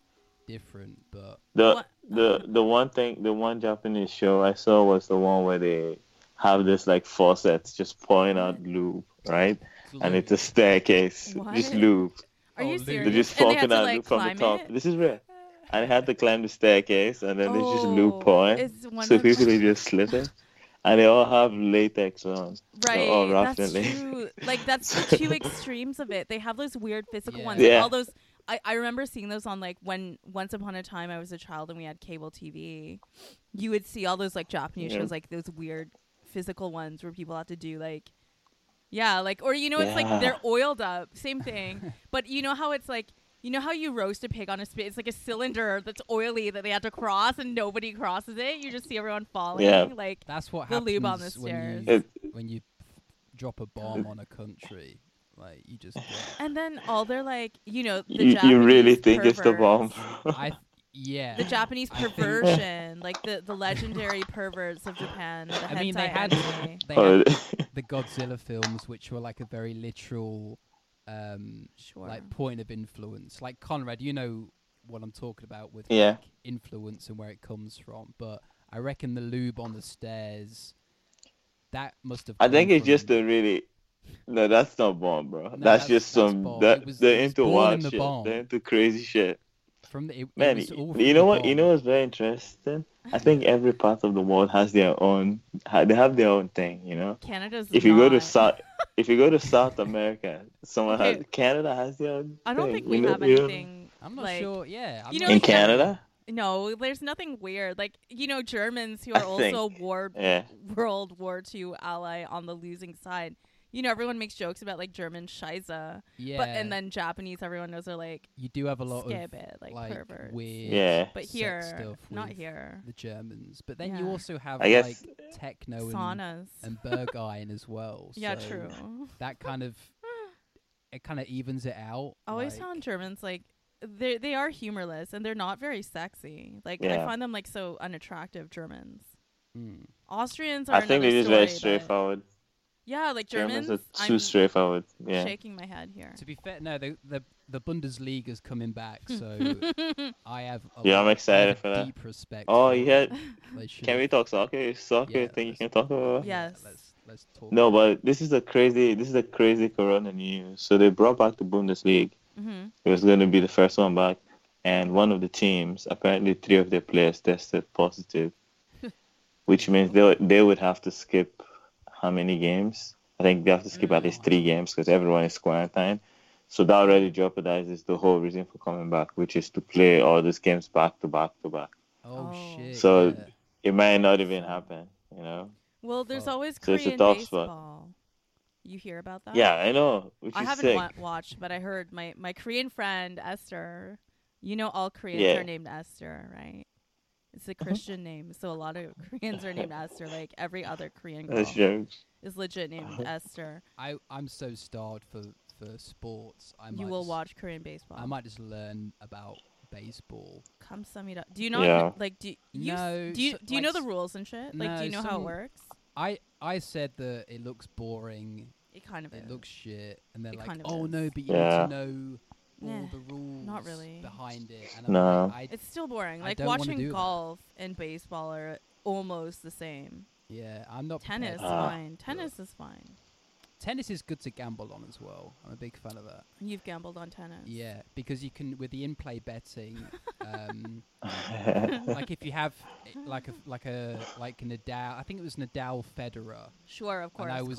Speaker 1: different, but
Speaker 3: The
Speaker 2: What-
Speaker 3: the the one thing, the one Japanese show I saw was the one where they have this like faucets just pouring out lube, right? And it's a staircase, just
Speaker 2: What?
Speaker 3: lube.
Speaker 2: are
Speaker 1: Oh,
Speaker 2: you
Speaker 1: they
Speaker 2: serious
Speaker 3: They're just
Speaker 2: and they had
Speaker 3: poking
Speaker 2: to
Speaker 3: out
Speaker 2: like
Speaker 3: lube from the
Speaker 2: climb
Speaker 3: top.
Speaker 2: it?
Speaker 3: This is real. And they had to climb the staircase, and then there's just lube pouring.
Speaker 2: Oh, It's one
Speaker 3: So
Speaker 2: of those-
Speaker 3: people are just slipping, and they all have latex on.
Speaker 2: right?
Speaker 3: all wrapped
Speaker 2: that's
Speaker 3: in latex.
Speaker 2: true. Like that's the two extremes of it. They have those weird physical ones.
Speaker 3: Yeah.
Speaker 2: Like, all those. I, I remember seeing those on like when once upon a time I was a child and we had cable TV. You would see all those like Japanese
Speaker 3: Yeah.
Speaker 2: shows, like those weird physical ones where people have to do like, yeah, like or you know it's like
Speaker 3: Yeah.
Speaker 2: they're oiled up, same thing. but you know how it's like. You know how you roast a pig on a spit? It's like a cylinder that's oily that they have to cross, and nobody crosses it. You just see everyone falling.
Speaker 3: Yeah.
Speaker 2: Like
Speaker 1: that's what
Speaker 2: The
Speaker 1: happens
Speaker 2: lube on the
Speaker 1: when you
Speaker 2: stairs.
Speaker 3: It,
Speaker 1: when you drop a bomb on a country. Like you just get-
Speaker 2: And then all they're like, you know, the
Speaker 3: you,
Speaker 2: Japanese
Speaker 3: you really think it's the
Speaker 2: perverts-
Speaker 3: bomb?
Speaker 1: I th- yeah.
Speaker 2: The Japanese
Speaker 1: I think-
Speaker 2: perversion, like the, the legendary perverts of Japan. The
Speaker 1: I mean, they
Speaker 2: hentai
Speaker 1: had-
Speaker 2: anime.
Speaker 1: they
Speaker 3: Or-
Speaker 1: had the Godzilla films, which were like a very literal, um,
Speaker 2: Sure.
Speaker 1: like point of influence. Like Conrad, you know what I'm talking about with
Speaker 3: Yeah.
Speaker 1: like, influence and where it comes from. But I reckon the lube on the stairs, that must have.
Speaker 3: I
Speaker 1: come
Speaker 3: think it's
Speaker 1: from-
Speaker 3: just a really. No, that's not bomb, bro.
Speaker 1: No,
Speaker 3: that's,
Speaker 1: that's-
Speaker 3: just
Speaker 1: that's
Speaker 3: some.
Speaker 1: bomb.
Speaker 3: That,
Speaker 1: It was-
Speaker 3: they're
Speaker 1: it was
Speaker 3: into
Speaker 1: born in
Speaker 3: wild
Speaker 1: the
Speaker 3: shit.
Speaker 1: bomb.
Speaker 3: They're into crazy shit.
Speaker 1: from the. It, it
Speaker 3: Man,
Speaker 1: was all from
Speaker 3: you
Speaker 1: the
Speaker 3: know what? You
Speaker 1: bomb.
Speaker 3: know what's very interesting? I think every part of the world has their own. ha- They have their own thing, you know.
Speaker 2: Canada's.
Speaker 3: If you go to
Speaker 2: not.
Speaker 3: South, if you go to South America, someone has
Speaker 2: Okay.
Speaker 3: Canada has their own.
Speaker 2: I don't
Speaker 3: thing,
Speaker 2: think
Speaker 3: you
Speaker 2: we
Speaker 3: know-
Speaker 2: have
Speaker 3: you know?
Speaker 2: anything.
Speaker 1: I'm not
Speaker 2: like-
Speaker 1: sure. Yeah, I'm
Speaker 2: you
Speaker 1: not
Speaker 2: know,
Speaker 3: in
Speaker 2: like-
Speaker 1: sure.
Speaker 3: Canada.
Speaker 2: No, there's nothing weird. Like you know, Germans who are
Speaker 3: I
Speaker 2: also
Speaker 3: think-
Speaker 2: war
Speaker 3: Yeah,
Speaker 2: World War II ally on the losing side you know, everyone makes jokes about like German Shiza.
Speaker 1: Yeah.
Speaker 2: But and then Japanese everyone knows are like
Speaker 1: you do have a lot
Speaker 2: skip
Speaker 1: of
Speaker 2: it, like,
Speaker 1: like
Speaker 2: perverts.
Speaker 1: weird
Speaker 3: Yeah.
Speaker 2: But
Speaker 1: sex
Speaker 2: here
Speaker 1: stuff
Speaker 2: not
Speaker 1: with
Speaker 2: here.
Speaker 1: the Germans. But then you
Speaker 2: Yeah.
Speaker 1: also have
Speaker 3: I guess-
Speaker 1: like techno and,
Speaker 2: Saunas.
Speaker 1: and Berghain as well.
Speaker 2: yeah,
Speaker 1: so
Speaker 2: true.
Speaker 1: That kind of it kind of evens it out.
Speaker 2: I always
Speaker 1: like,
Speaker 2: found Germans like they they are humorless and they're not very sexy. Like I
Speaker 3: Yeah.
Speaker 2: find them like so unattractive Germans.
Speaker 1: mm,
Speaker 2: Austrians are
Speaker 3: I think
Speaker 2: another
Speaker 3: they're just
Speaker 2: story,
Speaker 3: very
Speaker 2: but-
Speaker 3: straightforward.
Speaker 2: Yeah, like Germans,
Speaker 3: Germans are too
Speaker 2: I'm
Speaker 3: straightforward. Yeah.
Speaker 2: shaking my head here.
Speaker 1: To be fair, no, the the, the Bundesliga's coming back, so I have. A lot- I
Speaker 3: Yeah, I'm
Speaker 1: have
Speaker 3: excited
Speaker 1: a
Speaker 3: for that.
Speaker 1: Deep respect.
Speaker 3: Oh,
Speaker 1: for
Speaker 3: yeah.
Speaker 1: They should.
Speaker 3: Can we talk soccer? Is
Speaker 1: Yeah,
Speaker 3: soccer a thing you
Speaker 1: let's-
Speaker 3: can talk about?
Speaker 2: Yeah.
Speaker 1: Yeah,
Speaker 2: Yes.
Speaker 1: Let's let's talk.
Speaker 3: No, but this is a crazy. This is a crazy Corona news. So they brought back the Bundesliga.
Speaker 2: Mhm.
Speaker 3: It was going to be the first one back, and one of the teams, apparently three of their players tested positive, which means they would- they would have to skip how many games? I think they have to skip at least three
Speaker 2: Mm.
Speaker 3: games because everyone is quarantined. So that already jeopardizes the whole reason for coming back, which is to play all these games back to back to back.
Speaker 1: Oh,
Speaker 2: Oh.
Speaker 1: shit.
Speaker 3: So-
Speaker 1: yeah.
Speaker 3: It might not even happen, you know.
Speaker 2: Well, there's
Speaker 1: Fuck.
Speaker 2: always
Speaker 3: So it's a
Speaker 2: Korean
Speaker 3: tough spot.
Speaker 2: baseball. You hear about that?
Speaker 3: Yeah, I know. Which
Speaker 2: I
Speaker 3: is
Speaker 2: haven't
Speaker 3: sick.
Speaker 2: wa- watched, but I heard my my Korean friend Esther. You know, all Koreans
Speaker 3: Yeah.
Speaker 2: are named Esther, right? It's a
Speaker 1: Uh-huh.
Speaker 2: Christian name, so a lot of Koreans are named Esther. Like every other Korean girl
Speaker 3: That's jokes.
Speaker 2: is legit named Esther.
Speaker 1: I I'm so starved for for sports. I might
Speaker 2: You will
Speaker 1: just-
Speaker 2: watch Korean baseball.
Speaker 1: I might just learn about baseball.
Speaker 2: Come sum it up. Do you not
Speaker 3: Yeah.
Speaker 2: like? Do you
Speaker 1: No,
Speaker 2: do you
Speaker 1: so-
Speaker 2: do you know
Speaker 1: like
Speaker 2: the
Speaker 1: s-
Speaker 2: rules and shit? like, do
Speaker 1: no,
Speaker 2: you know how it
Speaker 1: some-
Speaker 2: works?
Speaker 1: I I said that it looks boring.
Speaker 2: It kind of
Speaker 1: It
Speaker 2: is.
Speaker 1: looks shit, and they're
Speaker 2: It
Speaker 1: like,
Speaker 2: kind of
Speaker 1: "Oh
Speaker 2: is.
Speaker 1: no, but you
Speaker 3: Yeah.
Speaker 1: need to know all
Speaker 2: Nah,
Speaker 1: the rules
Speaker 2: really.
Speaker 1: behind it." And I'm
Speaker 3: No.
Speaker 1: like, I,
Speaker 2: It's still boring.
Speaker 1: I
Speaker 2: Like
Speaker 1: don't wanna
Speaker 2: watching
Speaker 1: do that.
Speaker 2: golf and baseball are almost the same.
Speaker 1: yeah, I'm not prepared
Speaker 2: Tennis is
Speaker 1: for
Speaker 3: Ah.
Speaker 1: that.
Speaker 2: fine. Tennis is fine.
Speaker 1: Tennis is good to gamble on as well. I'm a big fan of that.
Speaker 2: You've gambled on tennis.
Speaker 1: Yeah, because you can with the in-play betting. Um, like if you have eh, like a like a like Nadal, I think it was Nadal Federer.
Speaker 2: Sure, of course.
Speaker 1: and I was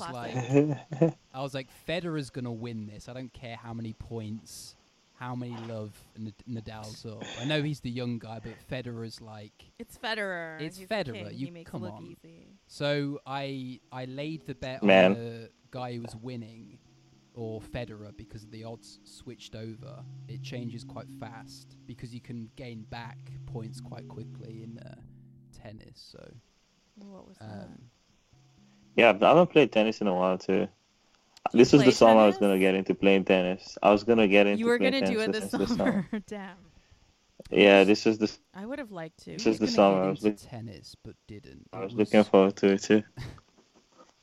Speaker 1: like,
Speaker 2: classic.
Speaker 1: I was like, Federer's gonna win this. I don't care how many points, how many love N- Nadal's up. I know he's the young guy, but Federer's like.
Speaker 2: it's Federer.
Speaker 1: It's
Speaker 2: He's the
Speaker 1: Federer.
Speaker 2: king.
Speaker 1: You-
Speaker 2: he makes
Speaker 1: come
Speaker 2: it look
Speaker 1: on.
Speaker 2: easy.
Speaker 1: So I I laid the bet
Speaker 3: Man.
Speaker 1: on the guy who was winning, or Federer, because the odds switched over. It changes quite fast because you can gain back points quite quickly in uh, tennis. So
Speaker 2: What was that?
Speaker 1: um,
Speaker 3: Yeah, but I haven't played tennis in a while too.
Speaker 2: you
Speaker 3: This was
Speaker 2: play
Speaker 3: the summer I was
Speaker 2: tennis?
Speaker 3: gonna get into playing tennis. I was gonna get into
Speaker 2: You were
Speaker 3: playing
Speaker 2: gonna do it
Speaker 3: tennis
Speaker 2: this
Speaker 3: is the
Speaker 2: summer. Damn.
Speaker 3: Yeah, this is the
Speaker 2: I would have liked to.
Speaker 3: This
Speaker 1: I
Speaker 3: is
Speaker 1: was gonna get
Speaker 3: the summer. I was
Speaker 1: into
Speaker 3: look-
Speaker 1: tennis, but didn't.
Speaker 3: I
Speaker 1: It
Speaker 3: was looking forward to it too.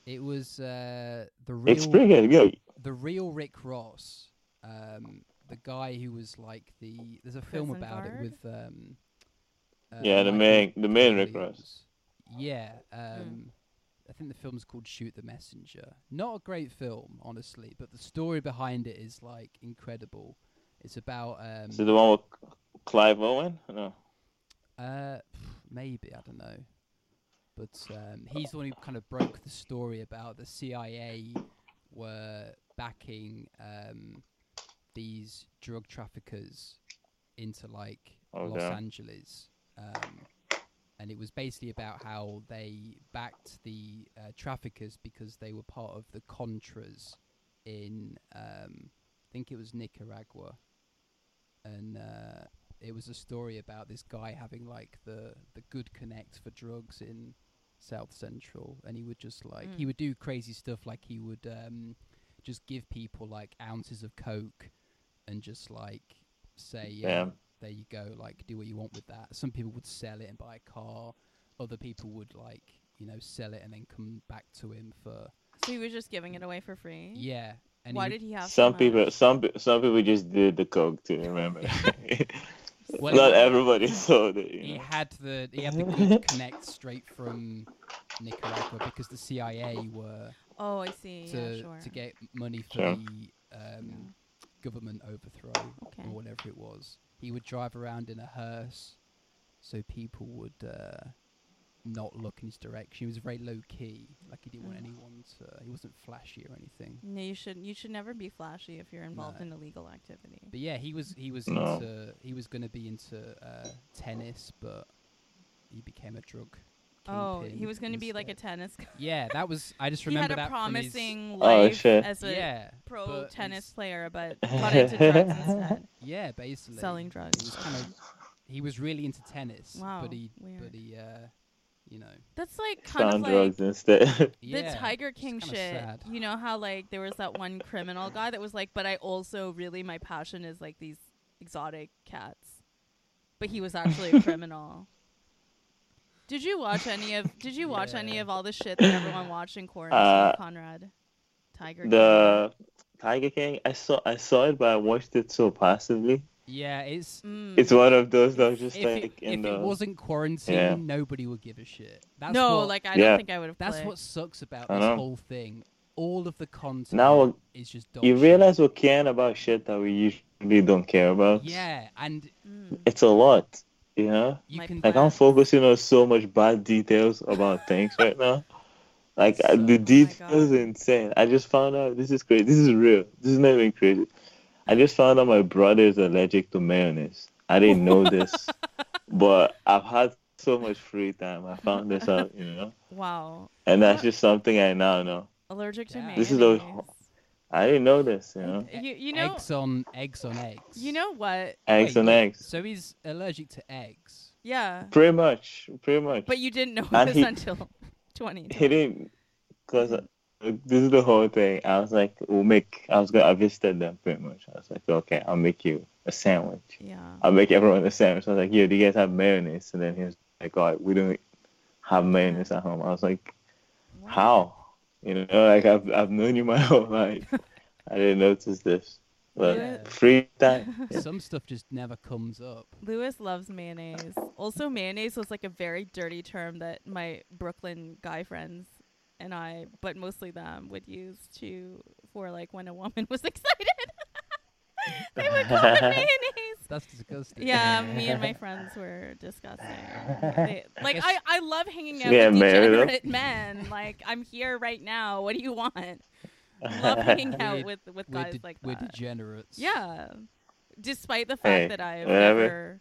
Speaker 1: It was uh, the real
Speaker 3: It's pretty good. Yo,
Speaker 1: the real Rick Ross, um, the guy who was like the there's a film
Speaker 2: Prison
Speaker 1: about
Speaker 2: guard?
Speaker 1: it with um, uh,
Speaker 3: Yeah, the
Speaker 1: Michael
Speaker 3: main- the main Rick
Speaker 1: Williams.
Speaker 3: Ross.
Speaker 1: Yeah, um,
Speaker 2: Hmm.
Speaker 1: I think the film's called Shoot the Messenger. Not a great film, honestly, but the story behind it is like incredible. It's about um,
Speaker 3: Is it the one with Clive Owen? No.
Speaker 1: uh, maybe I don't know, but um, he's the one who kind of broke the story about the CIA were backing um, these drug traffickers into like Los
Speaker 3: Okay.
Speaker 1: Angeles, um, and it was basically about how they backed the uh, traffickers because they were part of the Contras in, um, I think it was Nicaragua, and. Uh, it was a story about this guy having like the the good connect for drugs in South Central, and he would just like he
Speaker 2: Mm.
Speaker 1: would do crazy stuff, like he would um, just give people like ounces of coke, and just like say, yeah,
Speaker 3: Damn.
Speaker 1: there you go, like do what you want with that. Some people would sell it and buy a car, other people would like you know sell it and then come back to him for
Speaker 2: So he was just giving it away for free.
Speaker 1: yeah. And
Speaker 2: Why
Speaker 1: he would-
Speaker 2: did he have
Speaker 3: Some
Speaker 2: so
Speaker 3: people,
Speaker 2: much?
Speaker 3: some pe- some people just did the coke too. Remember,
Speaker 1: Well,
Speaker 3: not
Speaker 1: he-
Speaker 3: everybody sold it.
Speaker 1: he
Speaker 3: You know?
Speaker 1: had the he had the good connect straight from Nicaragua because the CIA were
Speaker 2: Oh, I see.
Speaker 1: to,
Speaker 2: yeah, sure.
Speaker 1: to get money for
Speaker 3: Sure.
Speaker 1: the um, government overthrow
Speaker 2: Okay.
Speaker 1: or whatever it was. He would drive around in a hearse, so people would uh, not look in his direction. He was very low key, like he didn't want
Speaker 2: Mm.
Speaker 1: anyone to. He wasn't flashy or anything.
Speaker 2: No, you should you should never be flashy if you're involved
Speaker 1: No.
Speaker 2: in illegal activity.
Speaker 1: But yeah, he was he was
Speaker 3: No.
Speaker 1: into he was going to be into uh, tennis, but he became a drug
Speaker 2: Oh,
Speaker 1: Kingpin
Speaker 2: he was going to be like a
Speaker 1: instead.
Speaker 2: tennis. guy.
Speaker 1: yeah, that was. I just
Speaker 2: he had
Speaker 1: remember
Speaker 2: a
Speaker 1: that from his-
Speaker 2: promising
Speaker 3: Oh,
Speaker 2: life
Speaker 3: shit.
Speaker 2: as a
Speaker 1: yeah,
Speaker 2: pro
Speaker 1: but
Speaker 2: tennis
Speaker 1: he's-
Speaker 2: player, but got into drugs instead.
Speaker 1: yeah, basically
Speaker 2: Selling drugs.
Speaker 1: He was kind of. He was really into tennis,
Speaker 2: Wow,
Speaker 1: but he,
Speaker 2: weird.
Speaker 1: but he, uh, you know,
Speaker 2: That's like kind
Speaker 3: Sound
Speaker 2: of like
Speaker 3: drugs instead.
Speaker 2: the
Speaker 1: yeah,
Speaker 2: Tiger
Speaker 1: it's
Speaker 2: King
Speaker 1: kinda
Speaker 2: shit.
Speaker 1: sad.
Speaker 2: You know how like there was that one criminal guy that was like, but I also really my passion is like these exotic cats, but he was actually a criminal. Did you watch any of? Did you watch any
Speaker 1: Yeah.
Speaker 2: of all the shit that everyone watched in quarantine,
Speaker 3: Uh,
Speaker 2: Conrad? Tiger. King.
Speaker 3: the Tiger King. I saw I saw it, but I watched it so passively.
Speaker 1: Yeah, it's
Speaker 2: Mm.
Speaker 3: It's one of those that was just
Speaker 1: if, it,
Speaker 3: like
Speaker 1: if
Speaker 3: in the.
Speaker 1: it wasn't quarantine,
Speaker 3: Yeah.
Speaker 1: nobody would give a shit. That's
Speaker 2: no,
Speaker 1: what,
Speaker 2: like I
Speaker 3: Yeah.
Speaker 2: don't think I would have.
Speaker 1: that's
Speaker 2: played.
Speaker 1: what sucks about
Speaker 3: I
Speaker 1: this
Speaker 3: know.
Speaker 1: whole thing. All of the content
Speaker 3: Now uh,
Speaker 1: is just dog
Speaker 3: you
Speaker 1: shit.
Speaker 3: realize we're caring about shit that we usually don't care about.
Speaker 1: Yeah, and
Speaker 2: Mm.
Speaker 3: It's a lot, you know?
Speaker 1: you
Speaker 2: My
Speaker 1: can
Speaker 3: Like, I'm
Speaker 2: Right.
Speaker 3: focusing on so much bad details about things right now. Like, I-
Speaker 1: So- oh
Speaker 3: the details
Speaker 2: God.
Speaker 3: are insane. I just found out this is crazy. This is real. This is not even crazy. I just found out my brother is allergic to mayonnaise. I didn't know this, but I've had so much free time. I found this out, you know?
Speaker 2: Wow,
Speaker 3: And that's just something I now know.
Speaker 2: allergic to
Speaker 1: Yeah.
Speaker 2: mayonnaise.
Speaker 1: This
Speaker 3: is a- I didn't know this, you know?
Speaker 2: you, you know
Speaker 1: eggs on eggs on eggs.
Speaker 2: you know what?
Speaker 3: Eggs
Speaker 1: Wait,
Speaker 3: and
Speaker 1: wait,
Speaker 3: eggs.
Speaker 1: So he's allergic to eggs.
Speaker 2: Yeah,
Speaker 3: Pretty much. Pretty much.
Speaker 2: but you didn't know
Speaker 3: And
Speaker 2: this
Speaker 3: he-
Speaker 2: until twenty.
Speaker 3: He didn't, cause uh, this is the whole thing. I was like, we'll make. I was gonna. I visited them pretty much. I was like, okay, I'll make you a sandwich.
Speaker 2: Yeah.
Speaker 3: I'll make everyone a sandwich. I was like, yo, do you guys have mayonnaise? And then he was like, all right, we don't have mayonnaise at home. I was like,
Speaker 2: Wow.
Speaker 3: how? You know, like I've I've known you my whole life. I didn't notice this. But
Speaker 1: Yeah.
Speaker 3: free time.
Speaker 1: Some stuff just never comes up.
Speaker 2: Lewis loves mayonnaise. Also, mayonnaise was like a very dirty term that my Brooklyn guy friends and I, but mostly them, would use to for like when a woman was excited. they would call it mayonnaise.
Speaker 1: That's disgusting.
Speaker 2: Yeah, me and my friends were disgusting. They- like I, I love hanging out
Speaker 3: Yeah,
Speaker 2: with
Speaker 3: married up.
Speaker 2: degenerate men. Like I'm here right now. What do you want? Love hanging out
Speaker 1: We're-
Speaker 2: with with
Speaker 1: We're,
Speaker 2: guys
Speaker 1: de-
Speaker 2: like
Speaker 1: we're
Speaker 2: that.
Speaker 1: degenerates.
Speaker 2: Yeah. Despite the fact
Speaker 3: Hey,
Speaker 2: that I've
Speaker 3: whatever.
Speaker 2: never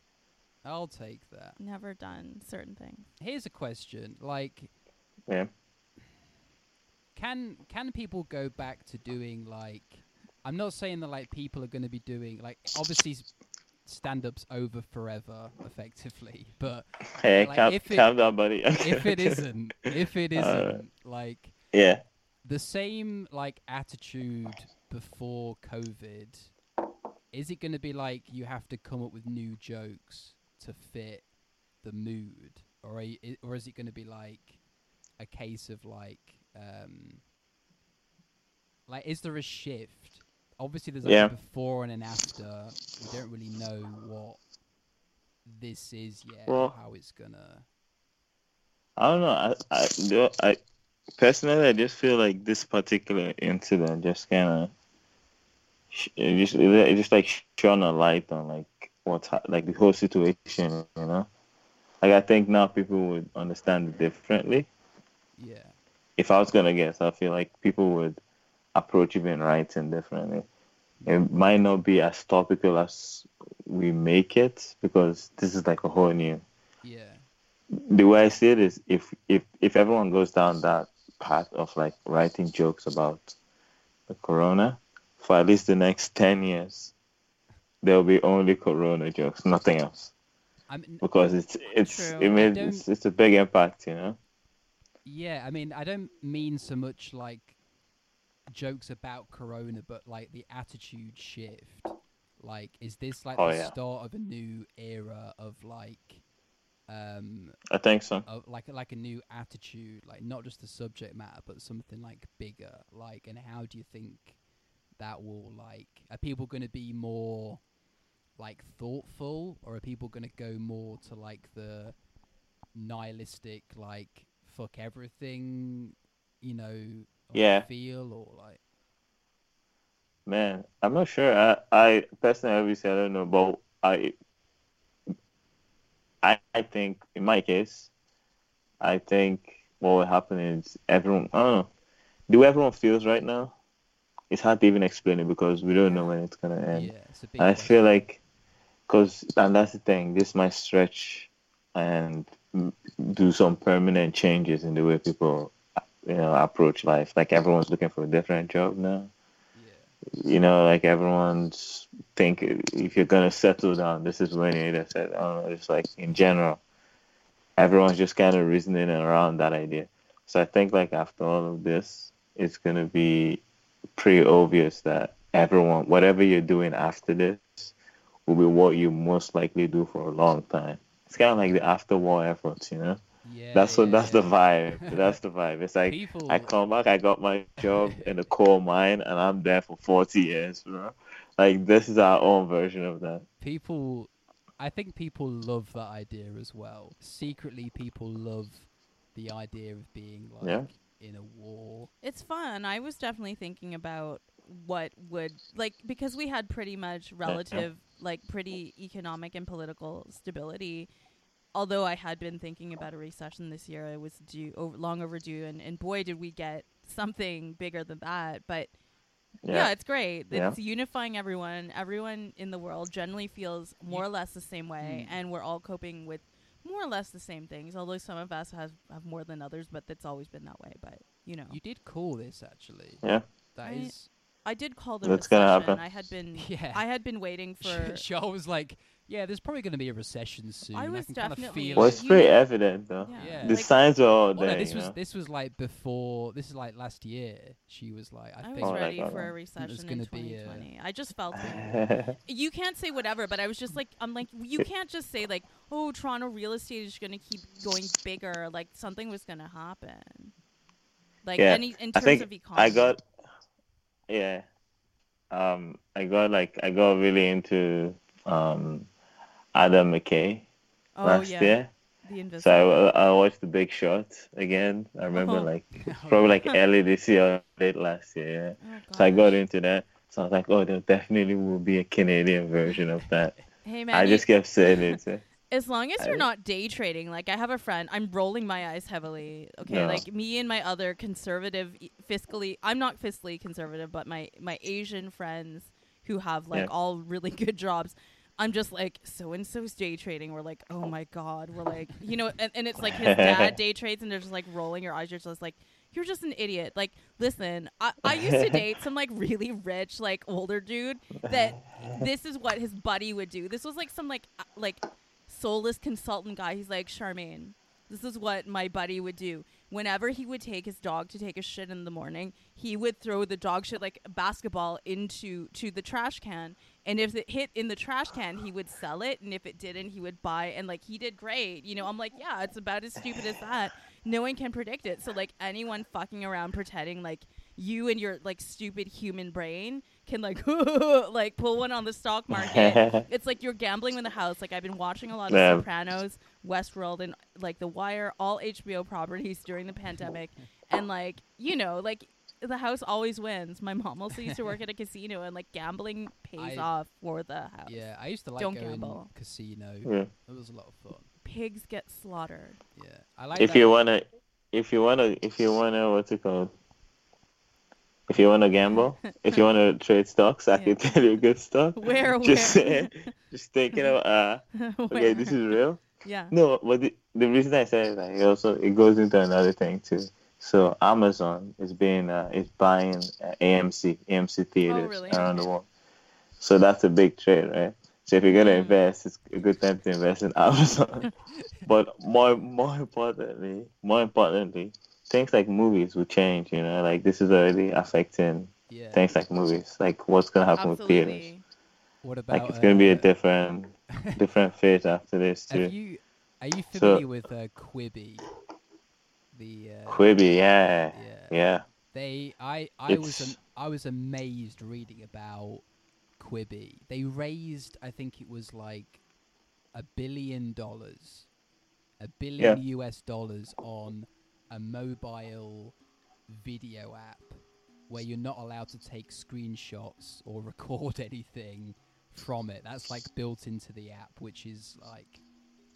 Speaker 1: I'll take that.
Speaker 2: never done certain things.
Speaker 1: Here's a question: Like,
Speaker 3: yeah.
Speaker 1: can can people go back to doing like i'm not saying that like people are going to be doing like obviously stand-ups over forever effectively but
Speaker 3: Hey,
Speaker 1: Like,
Speaker 3: calm,
Speaker 1: if it-
Speaker 3: calm down, buddy.
Speaker 1: if it isn't if it isn't
Speaker 3: Uh,
Speaker 1: like
Speaker 3: yeah.
Speaker 1: the same like attitude before covid is it going to be like you have to come up with new jokes to fit the mood or a, i- or is it going to be like a case of like um like is there a shift obviously there's like
Speaker 3: Yeah.
Speaker 1: a before and an after we don't really know what this is yet
Speaker 3: Well-
Speaker 1: how it's gonna
Speaker 3: I don't know. I, I, do- I personally, I just feel like this particular incident just kind of it just it just like shone a light on like what's hap- like the whole situation. You know, like I think now people would understand it differently.
Speaker 1: yeah
Speaker 3: If I was gonna guess, I feel like people would approach even writing differently. It might not be as topical as we make it because this is like a whole new
Speaker 1: yeah
Speaker 3: the way I see it is if if if everyone goes down that path of like writing jokes about the corona for at least the next ten years, there'll be only corona jokes, nothing else,
Speaker 1: i mean
Speaker 3: because it's it's
Speaker 2: True.
Speaker 3: it made,
Speaker 1: I
Speaker 3: it's, it's a big impact, you know.
Speaker 1: Yeah, I mean, I don't mean so much like jokes about Corona, but like the attitude shift. Like, is this like
Speaker 3: Oh,
Speaker 1: the
Speaker 3: yeah.
Speaker 1: start of a new era of like, um,
Speaker 3: I think so.
Speaker 1: of like like a new attitude, like not just the subject matter, but something like bigger. Like, and how do you think that will like? Are people going to be more like thoughtful, or are people going to go more to like the nihilistic, like fuck everything, you know? or
Speaker 3: Yeah.
Speaker 1: Feel or like
Speaker 3: Man, I'm not sure. I, I personally, obviously, I don't know, but I, I, I think in my case, I think what will happen is everyone. I don't know. The way everyone feels right now, it's hard to even explain it because we don't know when it's gonna end.
Speaker 1: yeah, it's a big.
Speaker 3: I
Speaker 1: question.
Speaker 3: feel like, cause and that's the thing. This might stretch, and do some permanent changes in the way people you know approach life. Like everyone's looking for a different job now. You know, like everyone's think if you're gonna settle down, this is when you need to settle. I don't know, just like in general, everyone's just kind of reasoning around that idea. So I think like after all of this, it's gonna be pretty obvious that everyone, whatever you're doing after this, will be what you most likely do for a long time. It's kind of like the after war efforts, you know.
Speaker 1: Yeah,
Speaker 3: that's what.
Speaker 1: yeah,
Speaker 3: That's
Speaker 1: yeah.
Speaker 3: the vibe. That's the vibe. It's like
Speaker 1: People,
Speaker 3: I come back, I got my job in the coal mine, and I'm there for 40 years, bro. Like, this is our own version of that.
Speaker 1: people I think people love that idea as well. Secretly people love the idea of being like
Speaker 3: Yeah.
Speaker 1: in a war.
Speaker 2: It's fun. I was definitely thinking about what would like because we had pretty much relative like pretty economic and political stability. Although I had been thinking about a recession this year, it was due over, long overdue, and, and boy did we get something bigger than that. But yeah,
Speaker 3: Yeah.
Speaker 2: it's great.
Speaker 3: Yeah.
Speaker 2: It's unifying everyone. Everyone in the world generally feels more or less the same way, and we're all coping with more or less the same things. Although some of us have have more than others, but that's always been that way. But you know,
Speaker 1: You did call this actually.
Speaker 3: Yeah.
Speaker 1: That
Speaker 2: I-
Speaker 1: is
Speaker 2: I did call the
Speaker 3: That's
Speaker 2: recession.
Speaker 3: gonna happen.
Speaker 2: I had been
Speaker 1: Yeah.
Speaker 2: I had been waiting for
Speaker 1: Shaw was like, yeah, there's probably going to be a recession soon.
Speaker 2: I was
Speaker 1: can kinda
Speaker 2: definitely-
Speaker 1: feel
Speaker 3: Well,
Speaker 1: it.
Speaker 3: it's pretty evident, though.
Speaker 2: yeah.
Speaker 1: Yeah.
Speaker 3: The
Speaker 2: Like,
Speaker 3: signs are all
Speaker 1: Oh, no,
Speaker 3: there.
Speaker 1: this
Speaker 3: you
Speaker 1: was
Speaker 3: know?
Speaker 1: this was like before. This is like last year. She was like, I,
Speaker 2: I
Speaker 1: think
Speaker 2: was
Speaker 3: Oh, like,
Speaker 2: ready
Speaker 3: oh,
Speaker 2: for
Speaker 3: no.
Speaker 2: a recession in
Speaker 1: gonna be a-
Speaker 2: 2020. I just felt it. you can't say whatever, but I was just like, I'm like, you can't just say like, oh, Toronto real estate is gonna keep going bigger. Like something was gonna happen. Like
Speaker 3: Yeah,
Speaker 2: any in
Speaker 3: I
Speaker 2: terms
Speaker 3: think
Speaker 2: of economy.
Speaker 3: I got, yeah, um, I got like I got really into um, Adam McKay
Speaker 2: oh
Speaker 3: last
Speaker 2: yeah,
Speaker 3: year.
Speaker 2: the
Speaker 3: So
Speaker 2: invisible.
Speaker 3: I, I watched The Big Shot again. I remember
Speaker 2: Oh.
Speaker 3: like probably like early this year, or late last year. Yeah.
Speaker 2: Oh,
Speaker 3: So I
Speaker 2: gosh.
Speaker 3: got into that. So I was like, oh, there definitely will be a Canadian version of that.
Speaker 2: Hey man,
Speaker 3: I
Speaker 2: you-
Speaker 3: just kept saying it. so-
Speaker 2: As long as
Speaker 3: I
Speaker 2: you're
Speaker 3: would-
Speaker 2: not day trading, like I have a friend, I'm rolling my eyes heavily. Okay,
Speaker 3: No.
Speaker 2: like me and my other conservative, e- fiscally, I'm not fiscally conservative, but my my Asian friends who have like
Speaker 3: Yeah.
Speaker 2: all really good jobs, I'm just like so and so's day trading. We're like, oh my god, we're like, you know, and, and it's like his dad day trades, and they're just like rolling your eyes. You're just like, you're just an idiot. Like, listen, I, I used to date some like really rich, like older dude that this is what his buddy would do. This was like some like uh, like soulless consultant guy. He's like Charmaine. This is what my buddy would do. Whenever he would take his dog to take a shit in the morning, he would throw the dog shit like a basketball into to the trash can. And if it hit in the trash can, he would sell it. And if it didn't, he would buy. And like he did great. You know, I'm like, yeah, it's about as stupid as that. No one can predict it. So like anyone fucking around pretending like you and your like stupid human brain can like like pull one on the stock market. it's like you're gambling with the house. Like I've been watching a lot of
Speaker 3: Yeah.
Speaker 2: Sopranos, Westworld, and like The Wire, all HBO properties during the pandemic, and like you know, like the house always wins. My mom also used to work at a casino, and like gambling pays
Speaker 1: I-
Speaker 2: off for the house.
Speaker 1: yeah, I used to like
Speaker 2: Don't
Speaker 1: going
Speaker 2: gamble.
Speaker 1: casino. It was a lot of fun.
Speaker 2: Pigs get slaughtered.
Speaker 1: Yeah, I like.
Speaker 3: if
Speaker 1: that-
Speaker 3: you wanna, if you wanna, if you wanna, what's it called? If you wanna gamble, if you wanna trade stocks, I
Speaker 2: Yeah.
Speaker 3: can tell you a good stock.
Speaker 2: Where,
Speaker 3: Just
Speaker 2: where?
Speaker 3: saying, just thinking of uh, okay,
Speaker 2: Where?
Speaker 3: this is real.
Speaker 2: yeah.
Speaker 3: No, but the, the reason I said that it also it goes into another thing too. So Amazon is being uh, is buying uh, AMC AMC theaters
Speaker 2: Oh, really?
Speaker 3: around the world. So that's a big trade, right? So if you're gonna
Speaker 2: Mm.
Speaker 3: invest, it's a good time to invest in Amazon. but more more importantly, more importantly, things like movies will change. You know, like this is already affecting
Speaker 1: yeah.
Speaker 3: things like movies. Like what's gonna happen with theaters?
Speaker 2: Absolutely.
Speaker 1: What about?
Speaker 3: Like it's gonna be a
Speaker 1: uh,
Speaker 3: different different phase after this too.
Speaker 1: Have you are you
Speaker 3: So-
Speaker 1: familiar with uh, Quibi? The uh,
Speaker 3: Quibi, yeah,
Speaker 1: yeah.
Speaker 3: yeah.
Speaker 1: They I I was
Speaker 3: It's-
Speaker 1: am- I was amazed reading about Quibi. They raised I think it was like a billion dollars, a billion US dollars on a mobile video app where you're not allowed to take screenshots or record anything from it. That's like built into the app, which is like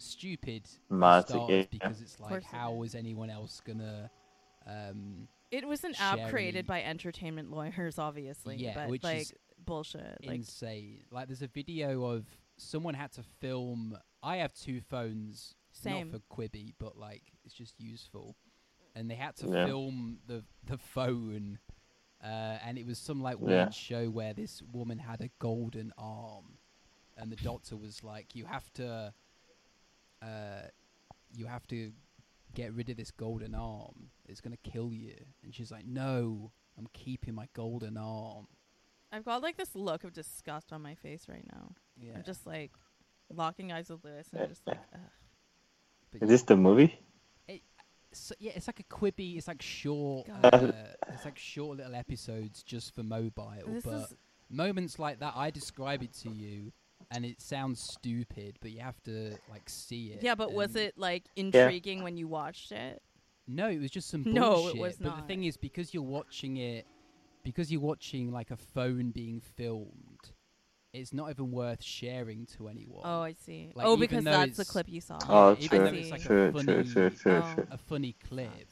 Speaker 1: stupid for
Speaker 3: Mad,
Speaker 1: starters
Speaker 3: yeah.
Speaker 1: because it's like
Speaker 2: course it
Speaker 1: how
Speaker 2: is.
Speaker 1: is anyone else gonna um
Speaker 2: It was an app created
Speaker 1: Sherry.
Speaker 2: by entertainment lawyers, obviously.
Speaker 1: Yeah,
Speaker 2: but
Speaker 1: which
Speaker 2: like
Speaker 1: is
Speaker 2: bullshit. Like
Speaker 1: insane. Like, there's a video of someone had to film. I have two phones
Speaker 2: Same.
Speaker 1: not for Quibi, but like it's just useful. And they had to
Speaker 3: Yeah.
Speaker 1: film the the phone, uh, and it was some like weird
Speaker 3: Yeah.
Speaker 1: show where this woman had a golden arm, and the doctor was like, "You have to, uh, you have to get rid of this golden arm. It's gonna kill you." And she's like, "No, I'm keeping my golden arm."
Speaker 2: I've got like this look of disgust on my face right now.
Speaker 1: Yeah,
Speaker 2: I'm just like locking eyes with Lewis and I'm just like, Ugh.
Speaker 1: but
Speaker 3: Is this the movie?
Speaker 1: so, yeah, it's like a Quibi. It's like short.
Speaker 2: God.
Speaker 1: Uh, it's like short little episodes just for mobile.
Speaker 2: this
Speaker 1: but
Speaker 2: is
Speaker 1: moments like that, I describe it to you, and it sounds stupid, but you have to like see it.
Speaker 2: yeah. But was
Speaker 1: and-
Speaker 2: it like intriguing when you watched it?
Speaker 1: No, it was just some bullshit.
Speaker 2: No, it was
Speaker 1: but the
Speaker 2: not.
Speaker 1: thing is, because you're watching it, because you're watching like a phone being filmed, it's not even worth sharing to anyone.
Speaker 2: Oh, I see.
Speaker 1: Like,
Speaker 2: oh,
Speaker 1: even
Speaker 2: because
Speaker 1: though
Speaker 2: that's the
Speaker 1: it's-
Speaker 2: clip you saw.
Speaker 3: Oh,
Speaker 1: even
Speaker 3: true,
Speaker 1: though it's like
Speaker 3: true,
Speaker 1: a funny,
Speaker 3: true, true, true,
Speaker 2: Oh.
Speaker 3: true.
Speaker 1: a funny clip.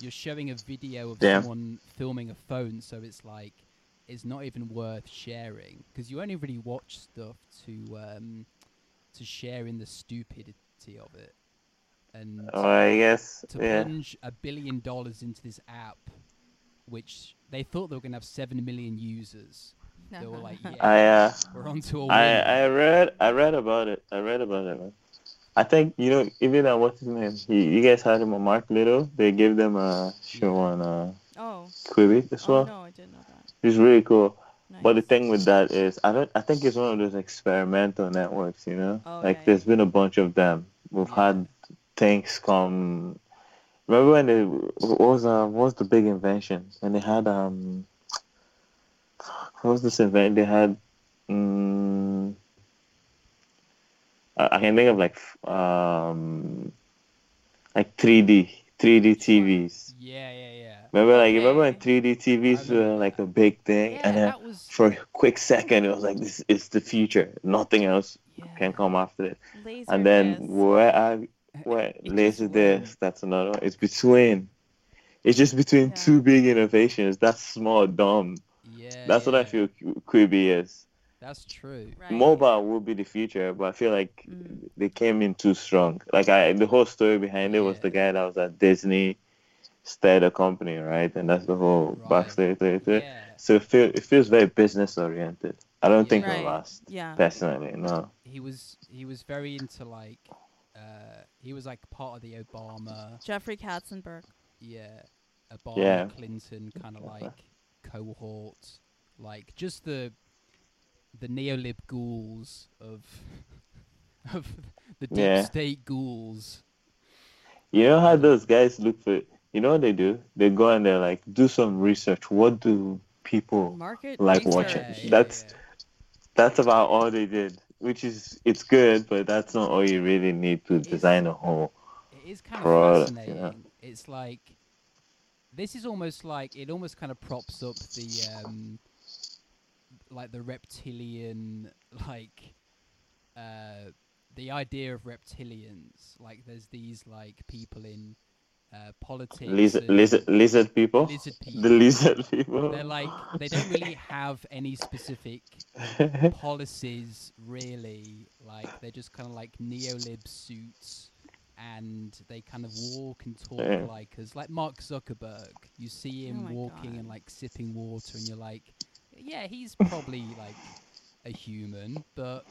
Speaker 1: You're showing a video of
Speaker 3: Yeah.
Speaker 1: someone filming a phone, so it's like it's not even worth sharing because you only really watch stuff to um, to share in the stupidity of it. And
Speaker 3: Oh, I guess,
Speaker 1: to
Speaker 3: yeah.
Speaker 1: plunge a billion dollars into this app, which they thought they were gonna have seven million users, they were like,
Speaker 2: Oh,
Speaker 1: "Yeah,
Speaker 3: I, uh,
Speaker 1: we're onto a
Speaker 3: I,
Speaker 1: winner."
Speaker 3: I read, I read about it. I read about it. Man. I think you know, even that what's his name? He, you guys had him on Mark Little. They gave them a show on uh,
Speaker 2: oh,
Speaker 3: Quibi as
Speaker 2: oh
Speaker 3: well.
Speaker 2: no, I didn't know that.
Speaker 3: It's really cool.
Speaker 2: Nice.
Speaker 3: But the thing with that is, I don't. I think it's one of those experimental networks. You know,
Speaker 2: Oh,
Speaker 3: like
Speaker 2: yeah,
Speaker 3: there's been a bunch of them. We've had things come. Remember when they what was um what was the big invention when they had um what was this event they had mm I I can think of like f- um like 3D 3D TVs.
Speaker 1: yeah, yeah, yeah.
Speaker 3: Remember like remember when
Speaker 2: Okay.
Speaker 3: 3D TVs
Speaker 1: I remember
Speaker 3: were like
Speaker 1: that.
Speaker 3: a big thing
Speaker 1: Yeah,
Speaker 3: and then
Speaker 1: that was
Speaker 3: for a quick second it was like this is the future. Nothing else
Speaker 1: yeah.
Speaker 3: can come after it.
Speaker 2: Laser
Speaker 3: And then
Speaker 2: disc.
Speaker 3: where I where
Speaker 1: Uh, It just
Speaker 3: laser
Speaker 1: wouldn't.
Speaker 3: disc, that's another one. It's between it's just between
Speaker 2: Yeah.
Speaker 3: two big innovations. That's small, dumb.
Speaker 1: Yeah,
Speaker 3: That's what I
Speaker 1: yeah.
Speaker 3: feel Q- Quibi is.
Speaker 1: That's true.
Speaker 2: Right.
Speaker 3: Mobile will be the future, but I feel like
Speaker 2: Mm.
Speaker 3: they came in too strong. Like I, the whole story behind it was
Speaker 1: Yeah.
Speaker 3: the guy that was at Disney, started a company, right? And that's the whole
Speaker 1: Right.
Speaker 3: backstory to it.
Speaker 1: Yeah.
Speaker 3: So it, feel, it feels very business oriented. I don't think
Speaker 2: Right.
Speaker 3: it'll last
Speaker 2: Yeah.
Speaker 3: personally. No.
Speaker 1: He was he was very into like uh he was like part of the Obama
Speaker 2: Jeffrey Katzenberg.
Speaker 1: yeah Obama
Speaker 3: Yeah.
Speaker 1: Clinton kind of like cohort like just the the neolib ghouls of of the deep
Speaker 3: Yeah.
Speaker 1: state ghouls
Speaker 3: You know how those guys look for? You know what they do? They go and they're like, do some research. What do people?
Speaker 2: Market
Speaker 3: Like
Speaker 2: research.
Speaker 3: watch it.
Speaker 1: Yeah, yeah,
Speaker 3: That's-
Speaker 1: yeah.
Speaker 3: That's about all they did. Which is, it's good, but that's not all you really need to design a whole.
Speaker 1: It is kind
Speaker 3: product,
Speaker 1: of
Speaker 3: you know.
Speaker 1: fascinating. It's like this is almost like it almost kind of props up the um like the reptilian like uh the idea of reptilians like there's these like people in uh politics
Speaker 3: Lizard,
Speaker 1: and
Speaker 3: lizard, lizard people.
Speaker 1: lizard
Speaker 3: The
Speaker 1: people
Speaker 3: lizard people.
Speaker 1: they're like they don't really have any specific policies really like they're just kind of like neolib suits and they kind of walk and talk
Speaker 3: Yeah.
Speaker 1: like us like mark zuckerberg you see him
Speaker 2: Oh my
Speaker 1: walking
Speaker 2: God.
Speaker 1: and like sipping water and you're like yeah he's probably like a human but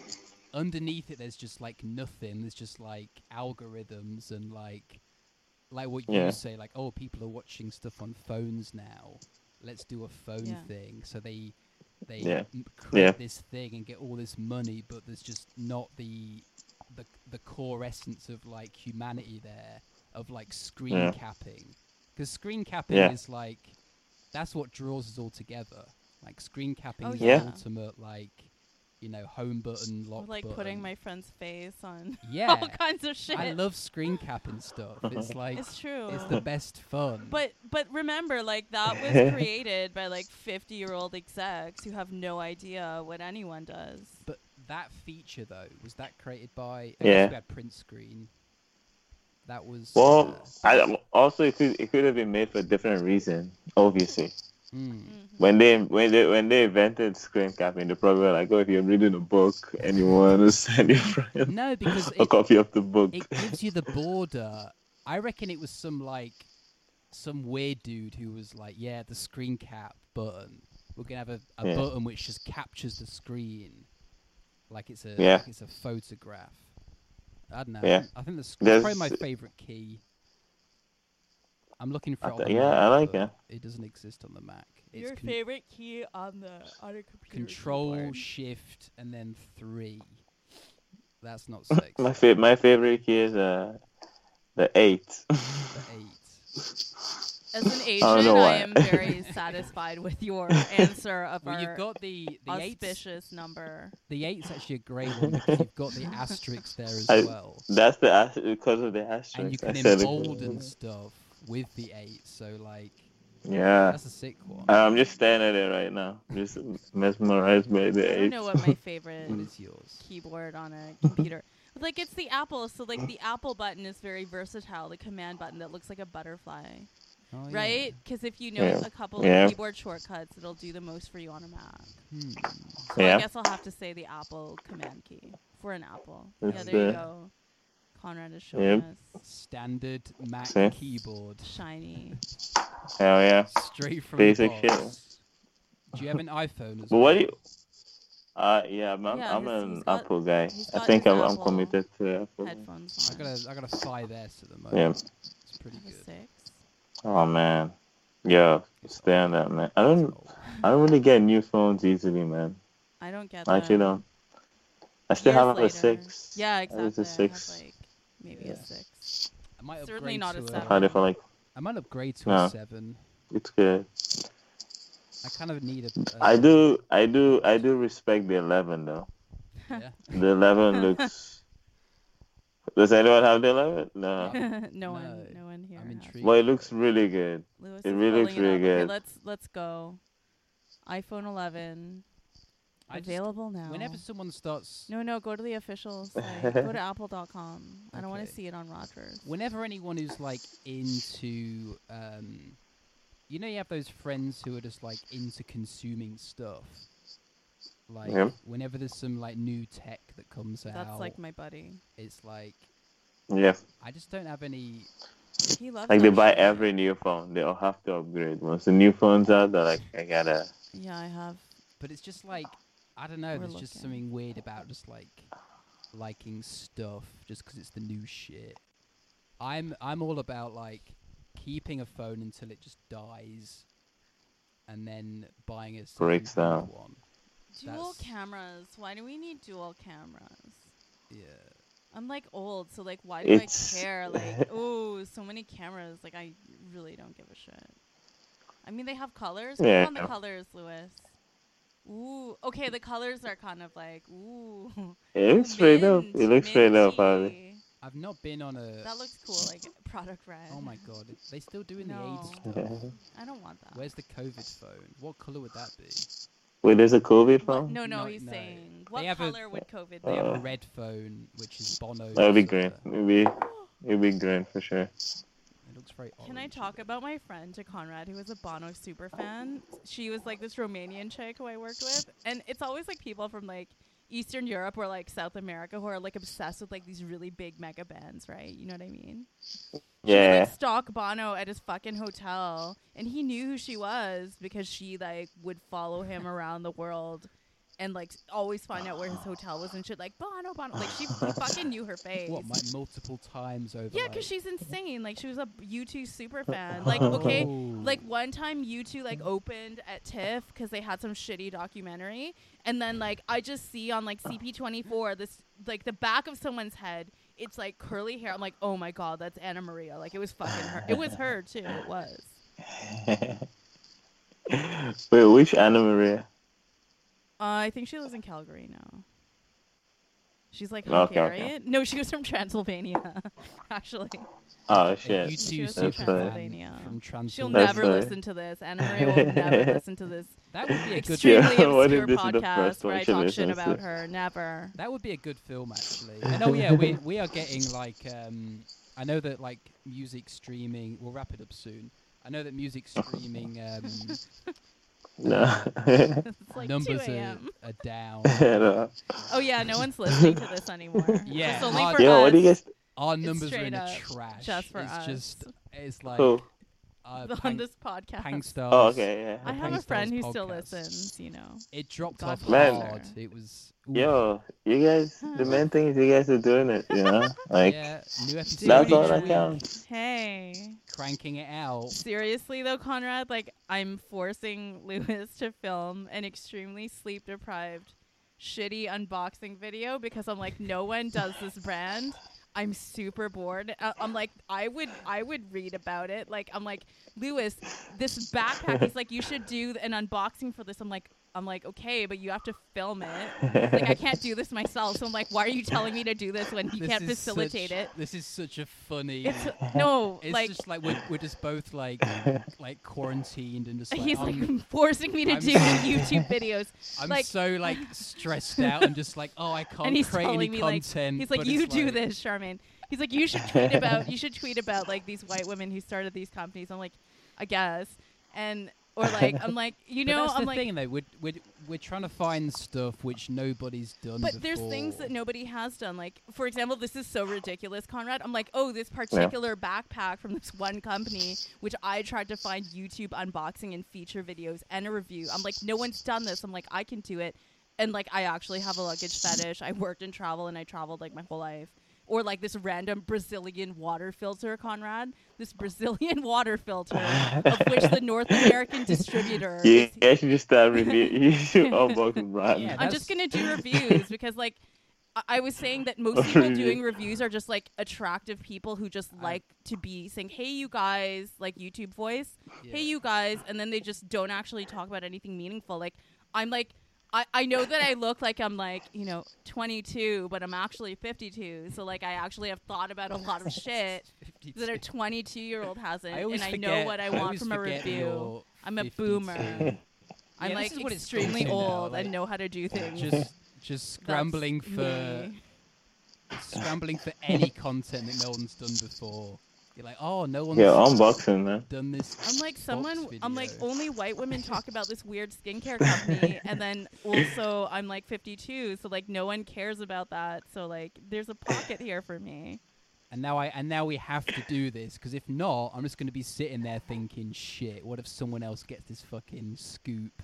Speaker 1: underneath it there's just like nothing there's just like algorithms and like like what you
Speaker 3: Yeah.
Speaker 1: say like oh people are watching stuff on phones now let's do a phone
Speaker 2: Yeah.
Speaker 1: thing so they they
Speaker 3: Yeah.
Speaker 1: m- create
Speaker 3: Yeah.
Speaker 1: this thing and get all this money but there's just not the the, the core essence of like humanity there of like screen
Speaker 3: Yeah.
Speaker 1: capping because screen capping
Speaker 3: Yeah.
Speaker 1: is like that's what draws us all together like screen capping
Speaker 2: Oh,
Speaker 1: is
Speaker 2: yeah.
Speaker 1: the ultimate like you know home button lock
Speaker 2: With, like putting Oh,
Speaker 1: button.
Speaker 2: my friend's face on all
Speaker 1: yeah
Speaker 2: kinds of shit.
Speaker 1: i love screen capping stuff it's like
Speaker 2: it's true.
Speaker 1: it's the best fun
Speaker 2: But but remember, like that was created by like fifty year old execs who have no idea what anyone does.
Speaker 1: But that feature though, was that created by I guess
Speaker 3: Yeah.
Speaker 1: we had print screen? That was
Speaker 3: Well,
Speaker 1: uh,
Speaker 3: I, also it could it could have been made for a different reason, obviously.
Speaker 1: Mm.
Speaker 2: Mm-hmm.
Speaker 3: When they when they when they invented screen capping, they probably were like, "Oh, if you're reading a book and you want to send your friend
Speaker 1: No, because
Speaker 3: a
Speaker 1: it,
Speaker 3: copy of the book,
Speaker 1: it gives you the border. I reckon it was some like some weird dude who was like, "Yeah, the screen cap button. We're gonna have a, a
Speaker 3: Yeah.
Speaker 1: button which just captures the screen, like it's a
Speaker 3: Yeah.
Speaker 1: like it's a photograph." I don't know.
Speaker 3: Yeah.
Speaker 1: I think the sc- that's probably my
Speaker 3: There's-
Speaker 1: favorite key. I'm looking for
Speaker 3: I
Speaker 1: it. on the
Speaker 3: th- yeah,
Speaker 1: Mac,
Speaker 3: I like
Speaker 1: but
Speaker 3: it.
Speaker 1: It doesn't exist on the Mac. It's
Speaker 2: Your
Speaker 1: con-
Speaker 2: favorite key on the on a computer.
Speaker 1: Control
Speaker 2: keyboard.
Speaker 1: Shift and then three. That's not six.
Speaker 3: my
Speaker 1: that's
Speaker 3: fa- my favorite key is uh, the eight.
Speaker 1: eight.
Speaker 2: As an Asian,
Speaker 3: don't know
Speaker 2: I,
Speaker 3: why.
Speaker 2: am very satisfied with your answer of
Speaker 1: Well,
Speaker 2: our
Speaker 1: you've got the the eight.
Speaker 2: auspicious number.
Speaker 1: The eight's actually a grey one because you've got the asterisk there as
Speaker 3: I-
Speaker 1: well,
Speaker 3: That's the as- because of the asterisk.
Speaker 1: and you
Speaker 3: I
Speaker 1: can
Speaker 3: said it.
Speaker 1: embolden stuff with the eight. So like,
Speaker 3: Yeah,
Speaker 1: that's a sick one.
Speaker 3: And I'm just staring at it right now, just mesmerized by
Speaker 2: I
Speaker 3: the
Speaker 2: don't
Speaker 3: eight.
Speaker 2: know what my favorite
Speaker 3: mm.
Speaker 1: What is yours?
Speaker 2: keyboard on a computer. Like it's the Apple, so like the Apple button is very versatile. The command button that looks like a butterfly,
Speaker 1: Oh, yeah.
Speaker 2: right? Because if you know
Speaker 3: Yeah.
Speaker 2: a couple
Speaker 3: Yeah.
Speaker 2: of keyboard shortcuts, it'll do the most for you on a Mac.
Speaker 1: Hmm.
Speaker 2: So
Speaker 3: Yeah.
Speaker 2: I guess I'll have to say the Apple command key for an Apple. yeah,
Speaker 3: That's
Speaker 2: there you
Speaker 3: the-
Speaker 2: go. Conrad is showing
Speaker 3: Yep.
Speaker 2: us
Speaker 1: Standard Mac
Speaker 3: See?
Speaker 1: keyboard,
Speaker 2: shiny.
Speaker 3: Hell yeah.
Speaker 1: straight from
Speaker 3: Basic
Speaker 1: the
Speaker 3: shit.
Speaker 1: box. Do you have an iPhone as
Speaker 3: But
Speaker 1: well?
Speaker 3: what do you? Uh, yeah, I'm, I'm-
Speaker 2: Yeah,
Speaker 3: I'm
Speaker 2: he's-
Speaker 3: an
Speaker 2: he's got-
Speaker 3: Apple guy.
Speaker 2: he's
Speaker 3: I
Speaker 2: got
Speaker 3: think
Speaker 2: his
Speaker 3: I'm, I'm
Speaker 2: Apple
Speaker 3: committed to Apple.
Speaker 2: Headphones.
Speaker 1: I
Speaker 2: on.
Speaker 1: got a I got a five S at the moment.
Speaker 3: Yeah.
Speaker 1: It's pretty
Speaker 2: I have a
Speaker 1: good.
Speaker 2: six.
Speaker 3: Oh man, yeah, stay on that, man. I
Speaker 1: It's
Speaker 3: don't,
Speaker 1: old.
Speaker 3: I don't really get new phones easily, man.
Speaker 2: I don't get
Speaker 3: I
Speaker 2: that.
Speaker 3: actually don't. I still
Speaker 2: Uh, Years
Speaker 3: have a
Speaker 2: later.
Speaker 3: six.
Speaker 2: Yeah,
Speaker 3: I was
Speaker 2: exactly.
Speaker 3: a
Speaker 2: I
Speaker 3: six.
Speaker 2: have like maybe
Speaker 3: Yeah.
Speaker 2: a six.
Speaker 1: I might
Speaker 2: Certainly
Speaker 1: upgrade
Speaker 2: not a
Speaker 1: to
Speaker 3: I've
Speaker 2: seven.
Speaker 3: had it for like
Speaker 1: I might upgrade to
Speaker 3: No.
Speaker 1: a seven.
Speaker 3: it's good.
Speaker 1: I kind of need a. a
Speaker 3: I do, I do, I do respect the eleven though.
Speaker 1: Yeah.
Speaker 3: The eleven looks. Does anyone have the eleven? No.
Speaker 2: no,
Speaker 1: No,
Speaker 2: one, no one here.
Speaker 1: I'm
Speaker 2: has.
Speaker 1: intrigued.
Speaker 3: Well, it looks really good.
Speaker 2: Lewis
Speaker 3: It
Speaker 2: is
Speaker 3: really looks
Speaker 2: pulling
Speaker 3: really
Speaker 2: up. Okay,
Speaker 3: good.
Speaker 2: let's let's go. iPhone 11
Speaker 1: I just-
Speaker 2: available now.
Speaker 1: whenever someone starts,
Speaker 2: no, no, go to the official site. go to apple.com. I don't want
Speaker 1: Okay.
Speaker 2: to see it on Rogers.
Speaker 1: whenever anyone who's like into, um, you know, you have those friends who are just like into consuming stuff. Like
Speaker 3: Yeah.
Speaker 1: whenever there's some like new tech that comes
Speaker 2: That's
Speaker 1: out,
Speaker 2: like my buddy.
Speaker 1: it's like
Speaker 3: Yeah,
Speaker 1: I just don't have any.
Speaker 2: He loves
Speaker 3: like they
Speaker 2: that
Speaker 3: buy
Speaker 2: shit.
Speaker 3: every new phone. They all have to upgrade. Once the new phones out, they're like, I gotta.
Speaker 2: Yeah, I have.
Speaker 1: But it's just like I don't know.
Speaker 2: We're
Speaker 1: there's just
Speaker 2: looking.
Speaker 1: something weird about just like liking stuff just 'cause it's the new shit. I'm I'm all about like keeping a phone until it just dies, and then buying a second
Speaker 3: Breaks
Speaker 1: hand
Speaker 3: down.
Speaker 1: one.
Speaker 2: Dual
Speaker 1: That's-
Speaker 2: cameras. Why do we need dual cameras?
Speaker 1: Yeah,
Speaker 2: I'm like old, so like, why do
Speaker 3: It's-
Speaker 2: I care? Like, oh, so many cameras. Like, I really don't give a shit. I mean, they have colors. Click
Speaker 3: Yeah.
Speaker 2: on the colors, Lewis. Ooh, okay, the colors are kind of like, ooh.
Speaker 3: It looks straight up.
Speaker 2: mint,
Speaker 3: It looks straight up, Harvey.
Speaker 2: minty.
Speaker 1: I've not been on a.
Speaker 2: That looks cool, like product red.
Speaker 1: Oh my god, it, they still doing
Speaker 2: No.
Speaker 1: the AIDS stuff.
Speaker 2: I don't want that.
Speaker 1: Where's the COVID phone? What color would that be?
Speaker 3: Wait, there's a
Speaker 2: What-
Speaker 3: COVID phone?
Speaker 2: No, no,
Speaker 1: Oh, No,
Speaker 2: he's
Speaker 1: no.
Speaker 2: saying what
Speaker 1: have a-
Speaker 2: color would COVID
Speaker 1: They have
Speaker 3: Uh,
Speaker 1: a red phone, which is Bono.
Speaker 3: That would be green. It'd be, it'd be green for sure.
Speaker 1: It looks very.
Speaker 2: Can I
Speaker 1: orangey.
Speaker 2: talk about my friend to Conrad, who was a Bono super fan? She was like this Romanian chick who I worked with, and it's always like people from like Eastern Europe or like South America who are like obsessed with like these really big mega bands, right? You know what I mean? She would,
Speaker 3: Yeah.
Speaker 2: like, stalk Bono at his fucking hotel, and he knew who she was because she like would follow him around the world. And like always find out where his hotel was and shit. Like Bono, Bono, like she fucking knew her face.
Speaker 1: What, like multiple times over?
Speaker 2: Yeah,
Speaker 1: like-
Speaker 2: because she's insane. Like she was a U2 super fan. Like okay,
Speaker 1: Oh.
Speaker 2: like one time U2 like opened at TIFF because they had some shitty documentary, and then like I just see on like CP24 this like the back of someone's head. It's like curly hair. I'm like, oh my god, that's Anna Maria. Like it was fucking her. It was her too. It was.
Speaker 3: Wait, which Anna Maria?
Speaker 2: Uh, I think she lives in Calgary now. She's like
Speaker 3: Oh, Okay, okay.
Speaker 2: Hungarian. No, she was from Transylvania. Actually,
Speaker 3: Oh,
Speaker 1: Yeah,
Speaker 3: shit.
Speaker 1: You two
Speaker 2: She was
Speaker 1: super
Speaker 2: from
Speaker 3: That's right.
Speaker 2: Transylvania.
Speaker 1: From Transylvania.
Speaker 2: she'll
Speaker 3: That's
Speaker 2: never
Speaker 3: right.
Speaker 2: listen to this. Anna Maria will never listen to this
Speaker 1: That would be a good.
Speaker 2: extremely
Speaker 3: Yeah, what if
Speaker 2: obscure
Speaker 3: this is the
Speaker 2: podcast
Speaker 3: first
Speaker 2: where
Speaker 3: one
Speaker 2: I
Speaker 3: she
Speaker 2: talk shit
Speaker 3: listens
Speaker 2: about
Speaker 3: to?
Speaker 2: her. Never.
Speaker 1: That would be a good film, actually. And oh yeah, we we are getting like. Um, I know that like music streaming. We'll wrap it up soon. I know that music streaming um,
Speaker 3: No.
Speaker 2: It's like 2
Speaker 1: numbers are,
Speaker 2: a.m.
Speaker 1: are down.
Speaker 3: No.
Speaker 2: Oh yeah, no one's listening to this anymore.
Speaker 1: Yeah. Oh,
Speaker 2: It's only
Speaker 1: Hard-
Speaker 2: for
Speaker 3: Yo,
Speaker 2: us.
Speaker 3: what do you guys?
Speaker 1: Our
Speaker 2: It's
Speaker 1: numbers are in
Speaker 2: straight
Speaker 1: the
Speaker 2: up
Speaker 1: trash.
Speaker 2: just for
Speaker 1: it's
Speaker 2: us.
Speaker 1: just it's like
Speaker 3: Oh,
Speaker 1: uh,
Speaker 2: on
Speaker 1: Pang,
Speaker 2: this podcast.
Speaker 1: Pangstars.
Speaker 3: oh, okay, yeah.
Speaker 2: I have a
Speaker 1: Pangstars
Speaker 2: friend who still
Speaker 1: podcast.
Speaker 2: listens, you know.
Speaker 1: It dropped
Speaker 2: God
Speaker 1: off
Speaker 3: bless
Speaker 1: hard.
Speaker 2: her.
Speaker 1: It was ooh.
Speaker 3: Yo, you guys,
Speaker 2: Hmm.
Speaker 3: the main thing is you guys are doing it, you know? Like,
Speaker 1: yeah, new episode
Speaker 3: that's
Speaker 1: each
Speaker 3: all that
Speaker 1: week,
Speaker 3: counts.
Speaker 2: Hey.
Speaker 1: Cranking it out.
Speaker 2: Seriously though, Conrad, like I'm forcing Lewis to film an extremely sleep deprived, shitty unboxing video because I'm like, no one does this brand. I'm super bored. Uh, I'm like, I would, I would read about it. Like, I'm like, Lewis, this backpack. He's like, you should do an unboxing for this. I'm like, I'm like, okay, but you have to film it. Like, I can't do this myself. So I'm like, why are you telling me to do this when you
Speaker 1: This
Speaker 2: can't
Speaker 1: is
Speaker 2: facilitate
Speaker 1: such,
Speaker 2: it?
Speaker 1: This is such a funny.
Speaker 2: It's no,
Speaker 1: It's
Speaker 2: like,
Speaker 1: just like we're, we're just both like like quarantined and just like
Speaker 2: He's like
Speaker 1: I'm,
Speaker 2: forcing me to
Speaker 1: I'm
Speaker 2: do
Speaker 1: so-
Speaker 2: YouTube videos.
Speaker 1: I'm
Speaker 2: like-
Speaker 1: so like stressed out and just like oh I can't
Speaker 2: he's
Speaker 1: create any
Speaker 2: telling me, like-
Speaker 1: content.
Speaker 2: He's like,
Speaker 1: but
Speaker 2: you
Speaker 1: it's
Speaker 2: do
Speaker 1: like,
Speaker 2: this, Charmaine. He's like, you should tweet about you should tweet about like these white women who started these companies. I'm like, I guess, and or like I'm like, you
Speaker 1: But
Speaker 2: know,
Speaker 1: that's
Speaker 2: I'm
Speaker 1: the
Speaker 2: like,
Speaker 1: thing though. We're, we're we're trying to find stuff which nobody's done.
Speaker 2: but there's things that
Speaker 1: before.
Speaker 2: nobody has done. Like for example, this is so ridiculous, Conrad. I'm like, oh, this particular backpack from this one company, which I tried to find YouTube unboxing and feature videos and a review. I'm like, no one's done this. I'm like, I can do it. and like I actually have a luggage fetish. I worked in travel and I traveled like my whole life. Or like this random Brazilian water filter, Conrad. This Brazilian water filter, of which the North American distributor.
Speaker 3: You
Speaker 2: is-
Speaker 3: guys should just start review. You should unbox the brand.
Speaker 1: Yeah,
Speaker 2: I'm just gonna do reviews because like I-, I was saying that most people doing reviews are just like attractive people who just like to be saying, "Hey, you guys," like YouTube voice. hey
Speaker 1: Yeah.
Speaker 2: you guys and then they just don't actually talk about anything meaningful like i'm like I, I know that i look like i'm like you know 22 but i'm actually 52 so like i actually have thought about a lot of shit
Speaker 1: 52.
Speaker 2: that a 22 year old hasn't
Speaker 1: I
Speaker 2: and
Speaker 1: always
Speaker 2: i know
Speaker 1: forget-
Speaker 2: what i
Speaker 1: I
Speaker 2: want
Speaker 1: always
Speaker 2: from a
Speaker 1: forget
Speaker 2: review
Speaker 1: you're
Speaker 2: i'm a
Speaker 1: 52.
Speaker 2: boomer i'm
Speaker 1: Yeah, this
Speaker 2: like
Speaker 1: is what it's
Speaker 2: extremely
Speaker 1: called now,
Speaker 2: old
Speaker 1: like,
Speaker 2: and know how to do things
Speaker 1: just just
Speaker 2: That's
Speaker 1: scrambling for
Speaker 2: me.
Speaker 1: scrambling for any content that no one's done before. You're like, oh, no one's
Speaker 3: Yeah, unboxing, man.
Speaker 1: done this.
Speaker 2: I'm like
Speaker 1: Fox
Speaker 2: someone. I'm like
Speaker 1: video.
Speaker 2: only white women talk about this weird skincare company, and then also I'm like 52, so like no one cares about that. So like there's a pocket here for me.
Speaker 1: and now I and now we have to do this because if not, I'm just going to be sitting there thinking, shit. What if someone else gets this fucking scoop?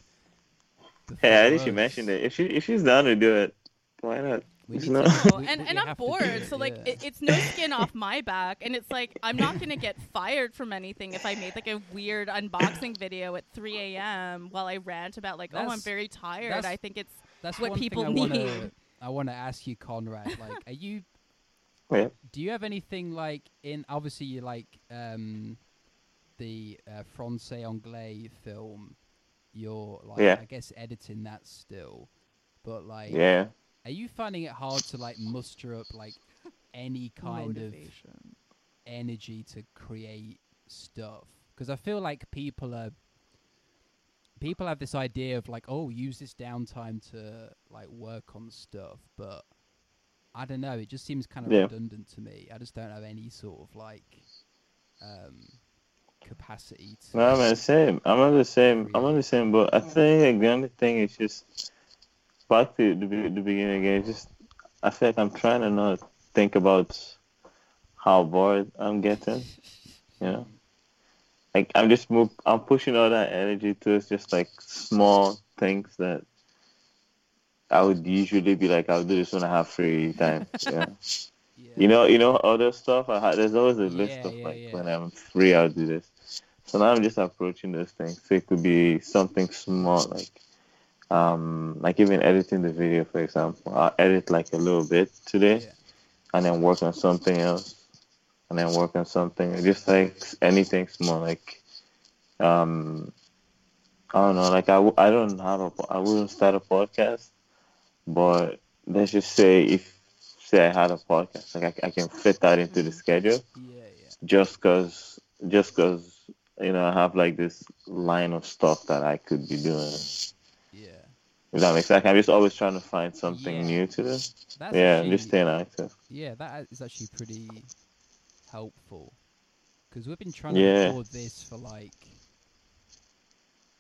Speaker 3: Yeah,
Speaker 1: before
Speaker 3: I think she
Speaker 1: us?
Speaker 3: mentioned it. If she if she's down to do it, why not?
Speaker 1: We
Speaker 3: It's
Speaker 1: need
Speaker 3: not-
Speaker 1: to-
Speaker 2: Oh,
Speaker 1: we-
Speaker 2: and
Speaker 1: we
Speaker 2: and
Speaker 1: have
Speaker 2: I'm
Speaker 1: to do
Speaker 2: bored,
Speaker 1: it,
Speaker 2: so like
Speaker 1: yeah.
Speaker 2: it, it's no skin off my back, and it's like I'm not gonna get fired from anything if I made like a weird unboxing video at 3 a.m. while I rant about like oh I'm
Speaker 1: That's-
Speaker 2: very tired.
Speaker 1: that's-
Speaker 2: I think it's
Speaker 1: That's
Speaker 2: what
Speaker 1: one thing
Speaker 2: people
Speaker 1: I Wanna,
Speaker 2: need.
Speaker 1: I want to ask you, Conrad. Like, are you?
Speaker 3: Yeah.
Speaker 1: Do you have anything like in? Obviously, you like um, the uh, Francais Anglais film. You're like,
Speaker 3: Yeah.
Speaker 1: I guess, editing that still. But like,
Speaker 3: Yeah.
Speaker 1: are you finding it hard to like muster up like any kind of
Speaker 2: motivation.
Speaker 1: energy to create stuff because I feel like people are people have this idea of like oh use this downtime to like work on stuff but I don't know it just seems kind of
Speaker 3: Yeah.
Speaker 1: redundant to me I just don't have any sort of like um capacity to
Speaker 3: No, man, same. I'm on the same. I'm on the same boat. I think like, the only thing is just back to the, be- the beginning again. it's Just I feel like I'm trying to not think about how bored I'm getting. You know, like I'm just move. I'm pushing all that energy towards just like small things that I would usually be like, I'll do this when I have free time. Yeah.
Speaker 1: yeah.
Speaker 3: You know, you know, other stuff. I ha- there's always a list
Speaker 1: Yeah,
Speaker 3: of
Speaker 1: yeah,
Speaker 3: like
Speaker 1: yeah.
Speaker 3: when I'm free, I'll do this. So now I'm just approaching those things. So it could be something small, like um, like even editing the video, for example. I'll edit like a little bit today,
Speaker 1: Yeah.
Speaker 3: and then work on something else, and then work on something. Just like s- anything small, like um, I don't know, like I, w- I don't have a po- I wouldn't start a podcast, but let's just say if say I had a podcast, like I, I can fit that into the schedule
Speaker 1: yeah yeah
Speaker 3: just cause just cause you know I have like this line of stuff that I could be doing.
Speaker 1: yeah
Speaker 3: If that makes sense, I'm just always trying to find something
Speaker 1: Yeah.
Speaker 3: new to do.
Speaker 1: that's
Speaker 3: yeah, I'm
Speaker 1: actually-
Speaker 3: just staying active.
Speaker 1: yeah that is actually pretty helpful because we've been trying to
Speaker 3: Yeah.
Speaker 1: record this for like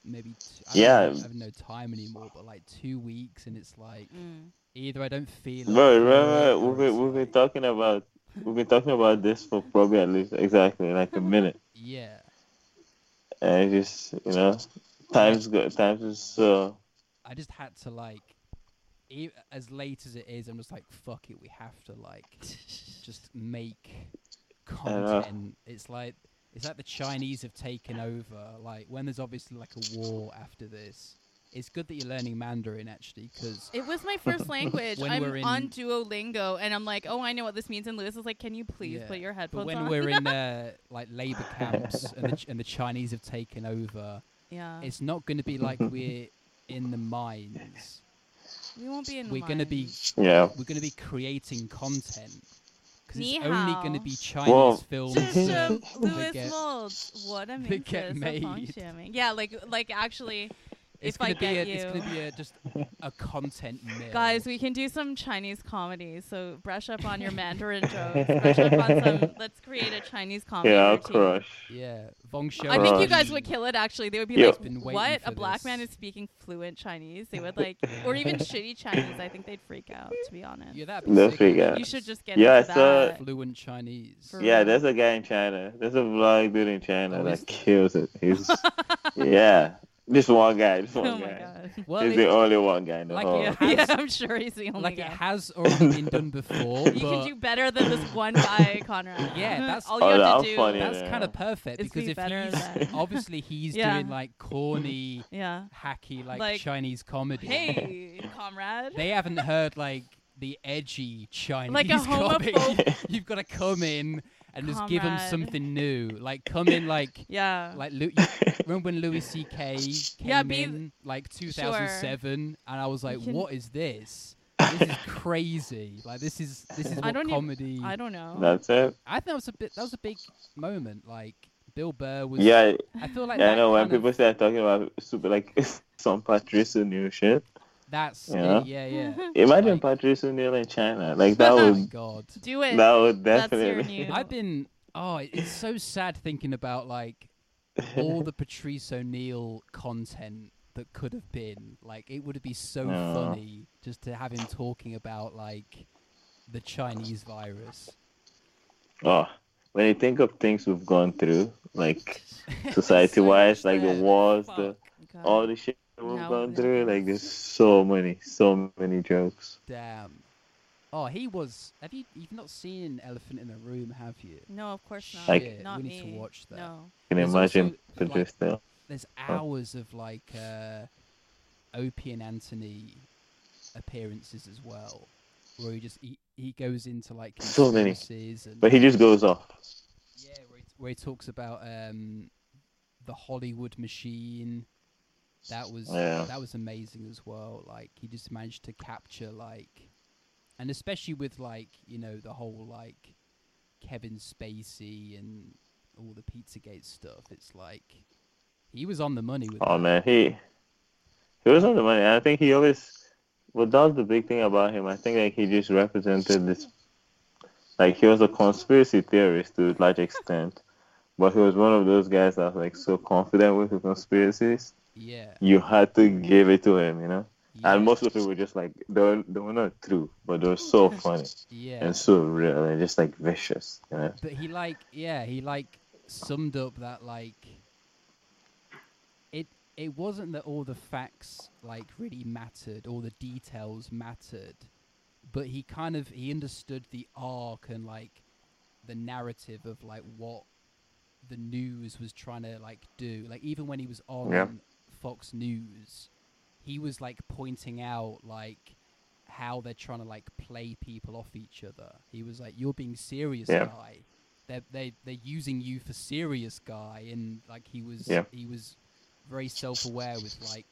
Speaker 1: maybe t- I
Speaker 3: Yeah.
Speaker 1: don't know, I have no time anymore, but like two weeks, and it's like
Speaker 2: Mm.
Speaker 1: either I don't feel like
Speaker 3: Bro,
Speaker 1: doing it,
Speaker 3: remember
Speaker 1: or
Speaker 3: we've been,
Speaker 1: it's
Speaker 3: we've been
Speaker 1: like-
Speaker 3: talking about we've been talking about this for probably at least exactly like a minute,
Speaker 1: yeah,
Speaker 3: and it just you know, times go times is so
Speaker 1: I just had to like. e- As late as it is, I'm just like, fuck it. We have to like, just make
Speaker 3: know.
Speaker 1: content. It's like, it's like the Chinese have taken over. Like when there's obviously like a war after this, it's good that you're learning Mandarin actually because
Speaker 2: It was my first language.
Speaker 1: When
Speaker 2: I'm
Speaker 1: we're in-
Speaker 2: on Duolingo, and I'm like, oh, I know what this means. And Lewis is like, can you please
Speaker 1: Yeah,
Speaker 2: put your
Speaker 1: But
Speaker 2: headphones
Speaker 1: when
Speaker 2: on?
Speaker 1: we're in uh, like labor camps and the, Ch- and the Chinese have taken over,
Speaker 2: yeah,
Speaker 1: it's not going to be like we're in the mines.
Speaker 2: we won't be in.
Speaker 1: We're going to be
Speaker 2: line.
Speaker 3: yeah.
Speaker 1: we're going to be creating content because
Speaker 2: Ni
Speaker 1: it's only going
Speaker 2: hao.
Speaker 1: to be Chinese
Speaker 3: Well-
Speaker 1: films
Speaker 2: Chisholm,
Speaker 1: that, that
Speaker 2: Lewis
Speaker 1: get.
Speaker 2: Molds. What a
Speaker 1: that get
Speaker 2: made.
Speaker 1: made.
Speaker 2: Yeah, like like actually,
Speaker 1: It's
Speaker 2: if
Speaker 1: going
Speaker 2: I
Speaker 1: to be a,
Speaker 2: get
Speaker 1: it's
Speaker 2: you.
Speaker 1: going to be a, just a content mill.
Speaker 2: Guys, we can do some Chinese comedy. So brush up on your Mandarin jokes. Brush up on some. Let's create a Chinese comedy.
Speaker 3: Yeah, I'll
Speaker 2: routine.
Speaker 3: crush.
Speaker 1: yeah, Vong Shou.
Speaker 2: I think you guys
Speaker 1: Yi.
Speaker 2: would kill it. Actually, they would be
Speaker 3: Yeah.
Speaker 2: like,
Speaker 1: Been waiting
Speaker 2: "What?
Speaker 1: for
Speaker 2: A black man
Speaker 1: this.
Speaker 2: is speaking fluent Chinese?" They would like, or even shitty Chinese. I think they'd freak out. To be honest,
Speaker 1: Yeah, that'd
Speaker 3: They'll
Speaker 1: be sick.
Speaker 3: figure out.
Speaker 2: you should just get
Speaker 3: Yeah,
Speaker 2: into
Speaker 3: I saw-
Speaker 2: that.
Speaker 1: fluent Chinese.
Speaker 2: For-
Speaker 3: Yeah, there's a guy in China. There's a vlog dude in China
Speaker 1: Oh, is
Speaker 3: that
Speaker 1: there?
Speaker 3: kills it. He's yeah, this one guy. This one
Speaker 2: oh my
Speaker 3: guy.
Speaker 2: god.
Speaker 1: Well,
Speaker 3: He's
Speaker 1: it-
Speaker 3: the only one guy in the
Speaker 1: Like,
Speaker 3: whole.
Speaker 2: Yeah,
Speaker 1: has-
Speaker 2: yeah, I'm sure he's the only
Speaker 1: like it
Speaker 2: guy.
Speaker 1: has already been done before.
Speaker 2: Oh You
Speaker 1: but
Speaker 2: can do better than this one guy, Conrad. Mm-hmm.
Speaker 1: Yeah, that's-
Speaker 2: all you
Speaker 3: Oh,
Speaker 2: have
Speaker 3: no,
Speaker 2: to
Speaker 3: I'm
Speaker 2: do.
Speaker 3: funny.
Speaker 1: That's
Speaker 3: Yeah.
Speaker 1: kind of perfect
Speaker 2: It's
Speaker 1: because
Speaker 2: be
Speaker 1: if
Speaker 2: better
Speaker 1: he's
Speaker 2: than-
Speaker 1: obviously he's
Speaker 2: Yeah.
Speaker 1: doing like corny,
Speaker 2: Yeah.
Speaker 1: hacky like,
Speaker 2: Like,
Speaker 1: Chinese comedy.
Speaker 2: Hey, comrade.
Speaker 1: They haven't heard like the edgy Chinese
Speaker 2: Like a
Speaker 1: comedy.
Speaker 2: homophobe-
Speaker 1: You've got to come in and just give them
Speaker 2: Comrade.
Speaker 1: something new. Like come in like
Speaker 2: yeah.
Speaker 1: like Lu- remember when Louis C.K. came
Speaker 2: Yeah, be-
Speaker 1: in like 2007, and I was like,
Speaker 2: can-
Speaker 1: what is this? this is crazy. Like this is this is
Speaker 2: I
Speaker 1: what
Speaker 2: don't even-
Speaker 1: comedy.
Speaker 2: I don't know.
Speaker 3: That's it.
Speaker 1: I think that was a bit. That was a big moment. Like Bill Burr was.
Speaker 3: Yeah,
Speaker 1: I feel like
Speaker 3: yeah. I
Speaker 1: that
Speaker 3: know when
Speaker 1: kind of-
Speaker 3: people start talking about super like some Patrice O'Neill shit.
Speaker 1: that's it,
Speaker 3: Yeah.
Speaker 1: yeah, yeah.
Speaker 3: Imagine
Speaker 1: Like-
Speaker 3: Patrice O'Neill in China. Like that
Speaker 1: Oh my
Speaker 3: would
Speaker 1: god.
Speaker 2: do it.
Speaker 3: that would
Speaker 2: That's your
Speaker 3: definitely.
Speaker 2: new-
Speaker 1: I've been. Oh, it- it's so sad thinking about like all the Patrice O'Neill content that could have been. Like it would have been so
Speaker 3: Yeah.
Speaker 1: funny just to have him talking about like the Chinese virus.
Speaker 3: Oh, when you think of things we've gone through, like society-wise, like the
Speaker 1: Yeah.
Speaker 3: wars,
Speaker 2: Fuck.
Speaker 3: the
Speaker 2: God.
Speaker 3: all the shit that we've
Speaker 2: Now
Speaker 3: gone
Speaker 2: it
Speaker 3: through,
Speaker 2: is.
Speaker 3: like there's so many, so many jokes.
Speaker 1: Damn. Oh, he was. Have you? You've not seen Elephant in a Room, have you?
Speaker 2: no, of course not.
Speaker 3: Like-
Speaker 1: Shit,
Speaker 2: not
Speaker 1: we
Speaker 2: me.
Speaker 1: need to watch that.
Speaker 2: No.
Speaker 3: Can you
Speaker 1: There's
Speaker 3: imagine
Speaker 1: also, like,
Speaker 3: Patrice O'Neill?
Speaker 1: there's
Speaker 3: Oh.
Speaker 1: hours of like uh, Opie and Anthony appearances as well, where he just he, he goes into like
Speaker 3: So many.
Speaker 1: conspiracies and
Speaker 3: But he just goes off.
Speaker 1: yeah, where he, where he talks about um, the Hollywood machine. That was
Speaker 3: Yeah.
Speaker 1: that was amazing as well. Like he just managed to capture like, and especially with like you know the whole like Kevin Spacey and all the Pizzagate stuff. It's like he was on the money with
Speaker 3: Oh
Speaker 1: that.
Speaker 3: man, he he was on the money. I think he always. Well, that was the big thing about him. I think like he just represented this. Like he was a conspiracy theorist to a large extent, but he was one of those guys that was like so confident with his conspiracies.
Speaker 1: Yeah,
Speaker 3: You had to give it to him, you know.
Speaker 1: yeah,
Speaker 3: And most of it were just like they were, they were not true, but they were so funny
Speaker 1: yeah.
Speaker 3: and so real and just like vicious, you know.
Speaker 1: But he like yeah, he like summed up that like it it wasn't that all the facts like really mattered, all the details mattered, but he kind of he understood the arc and like the narrative of like what the news was trying to like do. Like even when he was on
Speaker 3: Yeah.
Speaker 1: Fox News, he was like pointing out like how they're trying to like play people off each other. He was like, "You're being serious,
Speaker 3: Yeah.
Speaker 1: guy. They're they they're using you for serious, guy." And like he was
Speaker 3: Yeah.
Speaker 1: he was very self aware with like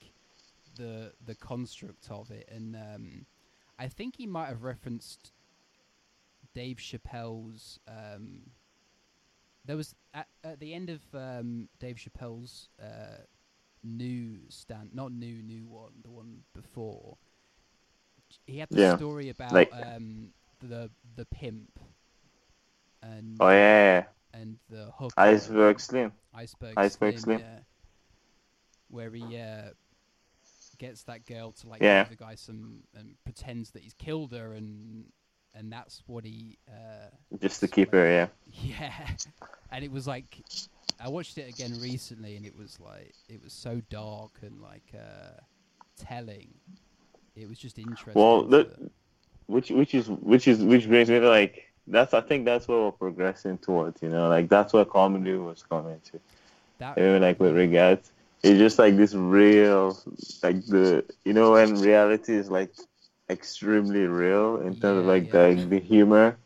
Speaker 1: the the construct of it. And um, I think he might have referenced Dave Chappelle's. Um, there was at, at the end of um, Dave Chappelle's uh, new stand, not new new one, the one before. He had the
Speaker 3: Yeah.
Speaker 1: story about
Speaker 3: Like-
Speaker 1: um, the the pimp. And
Speaker 3: Oh yeah,
Speaker 1: and the hook.
Speaker 3: Iceberg Slim.
Speaker 1: Iceberg,
Speaker 3: Iceberg
Speaker 1: Slim,
Speaker 3: Slim.
Speaker 1: Yeah, where he uh, gets that girl to like
Speaker 3: Yeah.
Speaker 1: give the guy some and pretends that he's killed her, and and that's what he. Uh,
Speaker 3: Just to keep her, yeah.
Speaker 1: yeah, and it was like I watched it again recently, and it was like it was so dark and like uh, telling. It was just interesting.
Speaker 3: Well,
Speaker 1: to-
Speaker 3: the- Which which is which is which brings me to like that's I think that's what we're progressing towards, you know, like that's what comedy was coming to.
Speaker 1: that
Speaker 3: You know, like with regards. It's just like this real like the you know when reality is like extremely real in terms of
Speaker 1: Yeah,
Speaker 3: like
Speaker 1: yeah.
Speaker 3: the the humor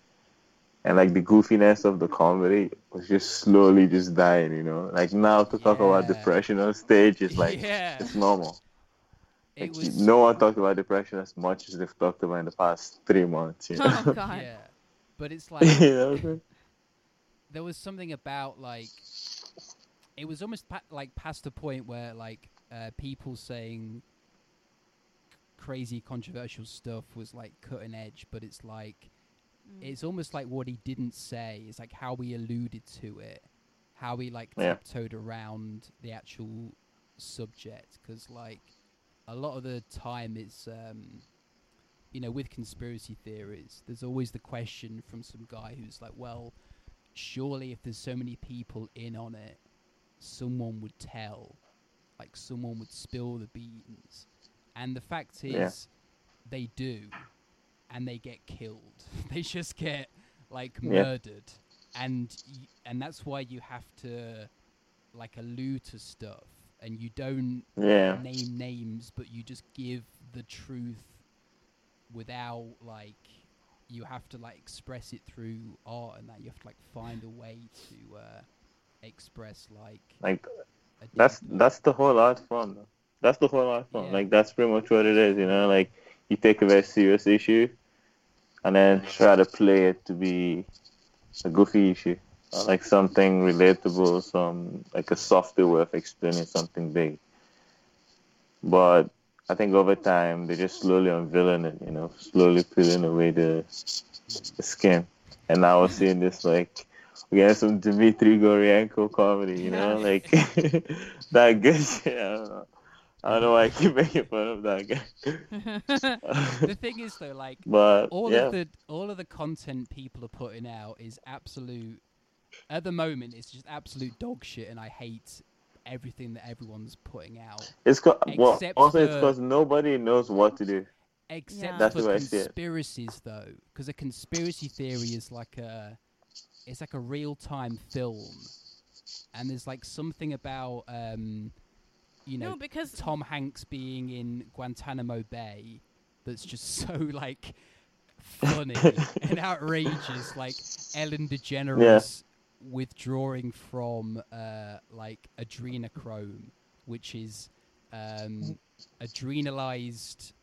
Speaker 3: and like the goofiness of the comedy was just slowly just dying, you know. Like now to talk about
Speaker 1: Yeah.
Speaker 3: depression on stage is like
Speaker 1: yeah,
Speaker 3: it's normal.
Speaker 1: it
Speaker 3: Like,
Speaker 1: was
Speaker 3: no one talked about depression as much as they've talked about in the past three months. You know?
Speaker 2: Oh God.
Speaker 1: yeah, but it's like
Speaker 3: You know what I'm saying?
Speaker 1: there was something about like it was almost pa- like past the point where like uh, people saying crazy controversial stuff was like cutting edge but it's like
Speaker 2: Mm.
Speaker 1: it's almost like what he didn't say is like how he alluded to it how he like
Speaker 3: Yeah.
Speaker 1: tiptoed around the actual subject because like a lot of the time it's um you know with conspiracy theories there's always the question from some guy who's like well surely if there's so many people in on it someone would tell like someone would spill the beans and the fact is
Speaker 3: Yeah.
Speaker 1: they do and they get killed they just get like
Speaker 3: Yeah.
Speaker 1: murdered and y- and that's why you have to like allude to stuff and you don't
Speaker 3: Yeah.
Speaker 1: name names but you just give the truth without like you have to like express it through art and that you have to like find a way to uh express like
Speaker 3: Like
Speaker 1: a
Speaker 3: that's
Speaker 1: deeper-
Speaker 3: that's the whole art form. though. That's the whole art form.
Speaker 1: Yeah.
Speaker 3: Like that's pretty much what it is. You know, like you take a very serious issue, and then try to play it to be a goofy issue, or like something relatable, some like a softer way of explaining something big. But I think over time they're just slowly unveiling it. You know, slowly peeling away the the skin, and now we're seeing this like we have some Dmitry Goryenko comedy, you know,
Speaker 2: Yeah.
Speaker 3: like that good shit. I don't know. I don't know why I keep making fun of that guy,
Speaker 1: the thing is though like
Speaker 3: but
Speaker 1: all
Speaker 3: yeah,
Speaker 1: of the all of the content people are putting out is absolute at the moment it's just absolute dog shit and i hate everything that everyone's putting out
Speaker 3: it's co- well,
Speaker 1: except
Speaker 3: also it's
Speaker 1: for-
Speaker 3: because nobody knows what to do.
Speaker 1: except
Speaker 2: That's
Speaker 1: for
Speaker 3: the way I see it.
Speaker 1: conspiracies though because a conspiracy theory is like a it's like a real-time film and there's like something about um you know
Speaker 2: no, because
Speaker 1: tom hanks being in guantanamo bay that's just so like funny and outrageous like ellen degeneres withdrawing from uh like adrenochrome which is um adrenalized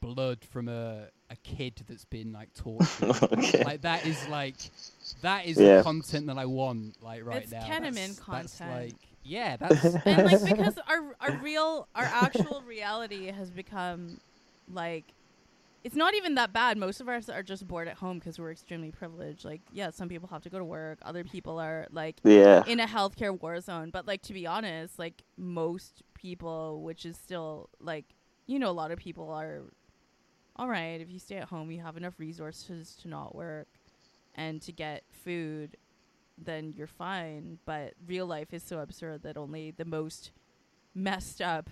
Speaker 1: blood from a a kid that's been like tortured
Speaker 3: okay,
Speaker 1: like that is like that is
Speaker 3: Yeah.
Speaker 1: the content that I want like right
Speaker 2: It's
Speaker 1: now.
Speaker 2: Tenenbaum
Speaker 1: That's- That's
Speaker 2: content.
Speaker 1: like yeah, that's
Speaker 2: and like because our our real our actual reality has become like it's not even that bad. Most of us are just bored at home because we're extremely privileged. Like, yeah, some people have to go to work. Other people are like
Speaker 3: yeah,
Speaker 2: in a healthcare war zone. But like to be honest, like most people, which is still like you know, a lot of people are all right. If you stay at home, you have enough resources to not work and to get food, then you're fine. But real life is so absurd that only the most messed up,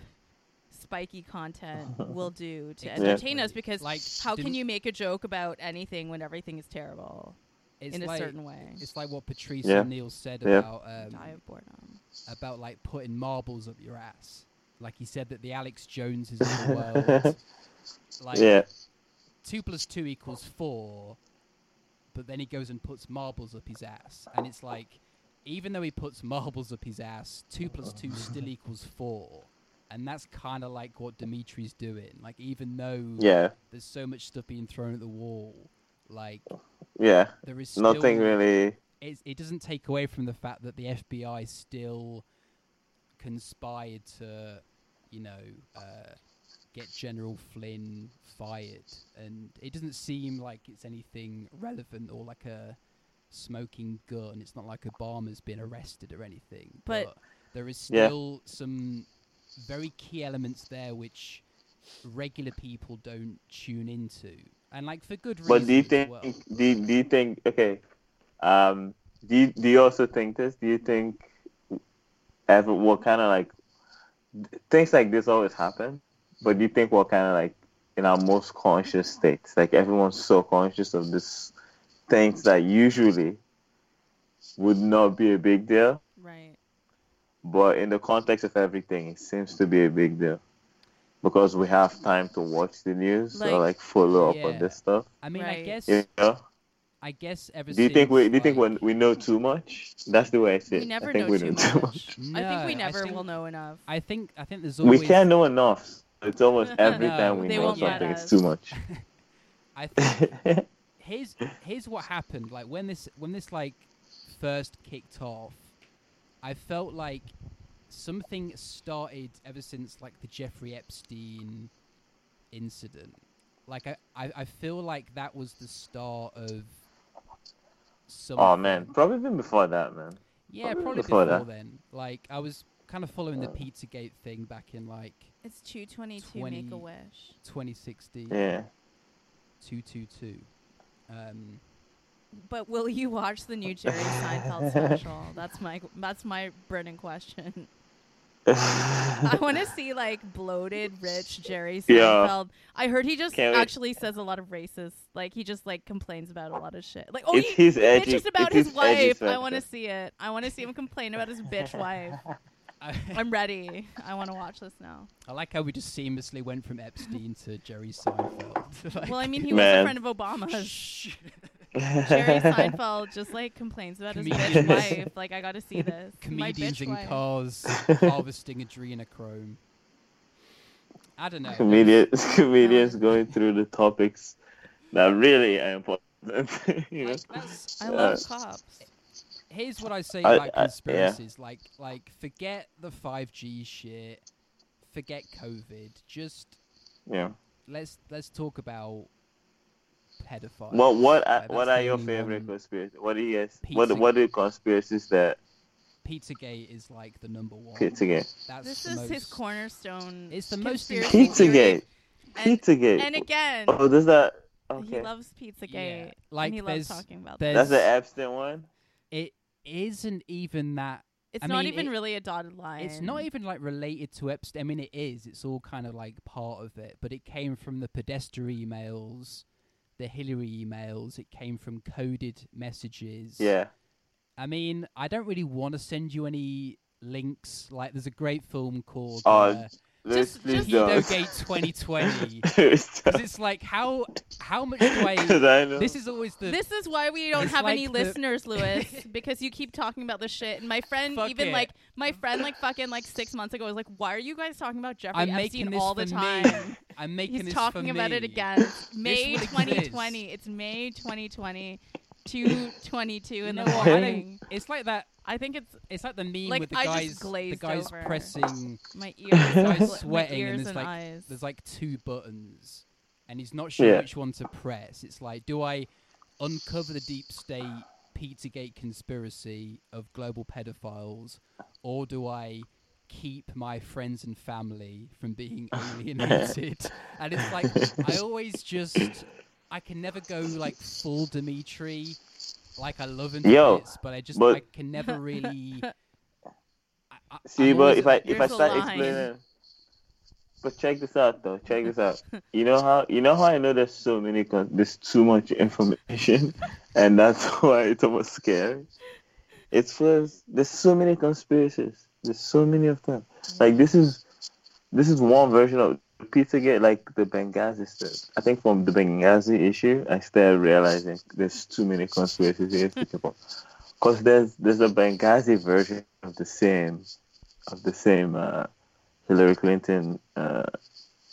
Speaker 2: spiky content will do to entertain us
Speaker 1: Exactly.
Speaker 2: because
Speaker 1: Like,
Speaker 2: how can
Speaker 1: didn't-
Speaker 2: you make a joke about anything when everything is terrible
Speaker 1: it's
Speaker 2: in a
Speaker 1: like
Speaker 2: certain way?
Speaker 1: it's like what Patrice
Speaker 3: Yeah.
Speaker 1: O'Neill said
Speaker 3: Yeah.
Speaker 1: about
Speaker 2: Die
Speaker 1: um,
Speaker 2: of boredom.
Speaker 1: about like putting marbles up your ass. Like he said that the Alex Joneses of the world, like
Speaker 3: yeah,
Speaker 1: two plus two equals four, but then he goes and puts marbles up his ass, and it's like, even though he puts marbles up his ass, two plus two still equals four, and that's kind of like what Dimitri's doing. Like even though
Speaker 3: yeah,
Speaker 1: there's so much stuff being thrown at the wall, like
Speaker 3: yeah.
Speaker 1: there is still
Speaker 3: Nothing really.
Speaker 1: it's, it doesn't take away from the fact that the FBI still conspired to, you know, uh, get General Flynn fired, and it doesn't seem like it's anything relevant or like a smoking gun. It's not like Obama's been arrested or anything.
Speaker 2: But-
Speaker 1: there is
Speaker 3: Yeah.
Speaker 1: still some very key elements there which regular people don't tune into, and like for good reason.
Speaker 3: But do you
Speaker 1: as
Speaker 3: think?
Speaker 1: well.
Speaker 3: Do, you- do you think? Okay. Um. Do you, do you also think this? Do you think? Ever what kind of like things like this always happen? But do you think what kind of like in our most conscious states? Like everyone's so conscious of this things that usually would not be a big deal,
Speaker 2: Right.
Speaker 3: but in the context of everything, it seems to be a big deal because we have time to watch the news
Speaker 2: Like-
Speaker 3: or like follow up
Speaker 1: Yeah.
Speaker 3: on this stuff.
Speaker 1: I mean, I
Speaker 2: Right.
Speaker 1: guess.
Speaker 3: You know.
Speaker 1: I guess ever
Speaker 3: Do you think
Speaker 1: since,
Speaker 3: we do you think
Speaker 1: like-
Speaker 3: when we know too much? That's the way I see it.
Speaker 2: We
Speaker 3: I
Speaker 2: never
Speaker 3: think
Speaker 2: know
Speaker 3: we
Speaker 2: too
Speaker 3: know
Speaker 2: much.
Speaker 3: too much.
Speaker 2: I think we
Speaker 1: No,
Speaker 2: never
Speaker 1: think-
Speaker 2: will know enough.
Speaker 1: I think I think there's always
Speaker 3: We can't know enough. It's almost every
Speaker 1: No,
Speaker 3: time we
Speaker 2: they
Speaker 3: know
Speaker 2: won't let
Speaker 3: something, it's
Speaker 2: us.
Speaker 3: too much.
Speaker 1: I think here's here's what happened. Like when this when this like first kicked off, I felt like something started ever since like the Jeffrey Epstein incident. Like I, I, I feel like that was the start of some
Speaker 3: oh man, probably even before that, man.
Speaker 1: Yeah,
Speaker 3: probably
Speaker 1: probably before,
Speaker 3: before that. Uh.
Speaker 1: then. Like I was kind of following the Pizzagate thing back in like
Speaker 2: It's 222
Speaker 1: 20
Speaker 2: Make a Wish.
Speaker 1: 2016
Speaker 3: Yeah.
Speaker 1: 222. Um
Speaker 2: But will you watch the new Jerry Seinfeld special? That's my that's my burning question. I want to see like bloated, rich Jerry
Speaker 3: Yeah.
Speaker 2: Seinfeld. I heard he just
Speaker 3: Can't wait.
Speaker 2: actually says a lot of racist. Like he just like complains about a lot of shit. Like oh,
Speaker 3: it's
Speaker 2: he
Speaker 3: his edgy.
Speaker 2: bitches about his
Speaker 3: it's edgy
Speaker 2: wife. I
Speaker 3: factor.
Speaker 2: want to see it. I want to see him complain about his bitch wife.
Speaker 1: I-
Speaker 2: I'm ready. I want to watch this now.
Speaker 1: I like how we just seamlessly went from Epstein to Jerry Seinfeld. Like-
Speaker 2: Well, I mean, he was a
Speaker 3: Man.
Speaker 2: friend of Obama's.
Speaker 1: Shh.
Speaker 2: Jerry Seinfeld just like complains about his bitch
Speaker 1: Comedians.
Speaker 2: wife. Like I got to see this. My
Speaker 1: comedians
Speaker 2: bitch
Speaker 1: in
Speaker 2: wife.
Speaker 1: cars harvesting adrenochrome. I don't know.
Speaker 3: comedians, comedians going through the topics that really are important. you know?
Speaker 1: Like, that's-
Speaker 2: I
Speaker 3: Uh,
Speaker 2: love cops.
Speaker 1: here's what I say
Speaker 3: I-
Speaker 1: about
Speaker 3: I- yeah.
Speaker 1: conspiracies: like, like forget the five G shit, forget COVID. Just
Speaker 3: Yeah.
Speaker 1: let's let's talk about pedophiles.
Speaker 3: What what are,
Speaker 1: Like,
Speaker 3: what
Speaker 1: that's
Speaker 3: are
Speaker 1: the
Speaker 3: your
Speaker 1: only
Speaker 3: favorite
Speaker 1: one-
Speaker 3: conspiracies? What do you guys? What
Speaker 1: Pizza-
Speaker 3: what are the conspiracies that
Speaker 1: Pizzagate is like the number one.
Speaker 3: Pizzagate?
Speaker 1: That's
Speaker 2: This
Speaker 1: the
Speaker 2: is his
Speaker 1: most-
Speaker 2: cornerstone.
Speaker 1: It's the most
Speaker 2: conspiracy
Speaker 1: Pizzagate.
Speaker 2: theory.
Speaker 3: Pizzagate.
Speaker 2: And,
Speaker 3: Pizzagate.
Speaker 2: and again,
Speaker 3: Oh, does that?
Speaker 2: he
Speaker 3: Okay.
Speaker 2: loves Pizzagate.
Speaker 1: Yeah,
Speaker 2: and
Speaker 1: like
Speaker 2: he
Speaker 1: there's-
Speaker 2: loves talking about
Speaker 1: there's-
Speaker 2: that.
Speaker 3: That's the Epstein one.
Speaker 1: It isn't even that
Speaker 2: It's
Speaker 1: I
Speaker 2: not
Speaker 1: mean,
Speaker 2: even
Speaker 1: it-
Speaker 2: really a dotted line.
Speaker 1: It's not even like related to Epstein. I mean, it is. It's all kind of like part of it, but it came from the Podesta emails, the Hillary emails. It came from coded messages.
Speaker 3: Yeah.
Speaker 1: I mean, I don't really want to send you any links. Like, there's a great film called
Speaker 3: Oh,
Speaker 1: uh,
Speaker 3: Let's
Speaker 2: Just-
Speaker 3: please
Speaker 2: just
Speaker 3: don't.
Speaker 1: Gate 2020.
Speaker 3: Please
Speaker 1: Because
Speaker 3: don't.
Speaker 1: it's like how how much do I?
Speaker 3: Because I know.
Speaker 1: This is always the
Speaker 2: This is why we don't
Speaker 1: It's
Speaker 2: have
Speaker 1: like
Speaker 2: any
Speaker 1: the-
Speaker 2: listeners, Lewis, because you keep talking about this shit. And my friend,
Speaker 1: Fuck
Speaker 2: even
Speaker 1: it.
Speaker 2: like my friend, like fucking like six months ago, was like, "Why are you guys talking about Jeffrey
Speaker 1: I'm making
Speaker 2: Epstein
Speaker 1: this
Speaker 2: all
Speaker 1: for
Speaker 2: the
Speaker 1: me.
Speaker 2: time?"
Speaker 1: I'm making
Speaker 2: He's
Speaker 1: this
Speaker 2: talking
Speaker 1: for
Speaker 2: about it
Speaker 1: me.
Speaker 2: again. It's May
Speaker 1: will
Speaker 2: 2020. It's May 2020. 222
Speaker 1: You
Speaker 2: in
Speaker 1: know
Speaker 2: the
Speaker 1: what? I
Speaker 2: morning.
Speaker 1: don't, it's like that.
Speaker 2: I think it's
Speaker 1: It's like the meme
Speaker 2: Like,
Speaker 1: with the
Speaker 2: I just
Speaker 1: guys, the
Speaker 2: glazed
Speaker 1: guys
Speaker 2: over.
Speaker 1: pressing
Speaker 2: my ears.
Speaker 3: The
Speaker 2: are
Speaker 3: guy's
Speaker 2: gla-
Speaker 1: sweating
Speaker 2: my
Speaker 1: and
Speaker 2: ears
Speaker 1: there's, like-
Speaker 2: eyes.
Speaker 1: there's like two buttons and he's not sure
Speaker 3: Yeah.
Speaker 1: which one to press. It's like, do I uncover the deep state Pizzagate conspiracy of global pedophiles or do I keep my friends and family from being alienated? and it's like, I always just, I can never go like full Dimitri. Like I love him, to
Speaker 3: Yo,
Speaker 1: bits, but I just
Speaker 3: but-
Speaker 1: I can never really. I, I,
Speaker 3: See,
Speaker 1: I'm
Speaker 3: but
Speaker 1: always
Speaker 3: if
Speaker 1: at
Speaker 3: I if I
Speaker 2: Here's a
Speaker 3: start
Speaker 2: line.
Speaker 3: explaining, but check this out though. Check this out. You know how you know how I know there's so many con- there's too much information, and that's why it's almost scary. It's because there's so many conspiracies. There's so many of them. Like this is this is one version of Pizzagate, like the Benghazi stuff. I think from the Benghazi issue, I started realizing there's too many conspiracies here to keep up. Cause there's there's a Benghazi version of the same of the same uh, Hillary Clinton uh,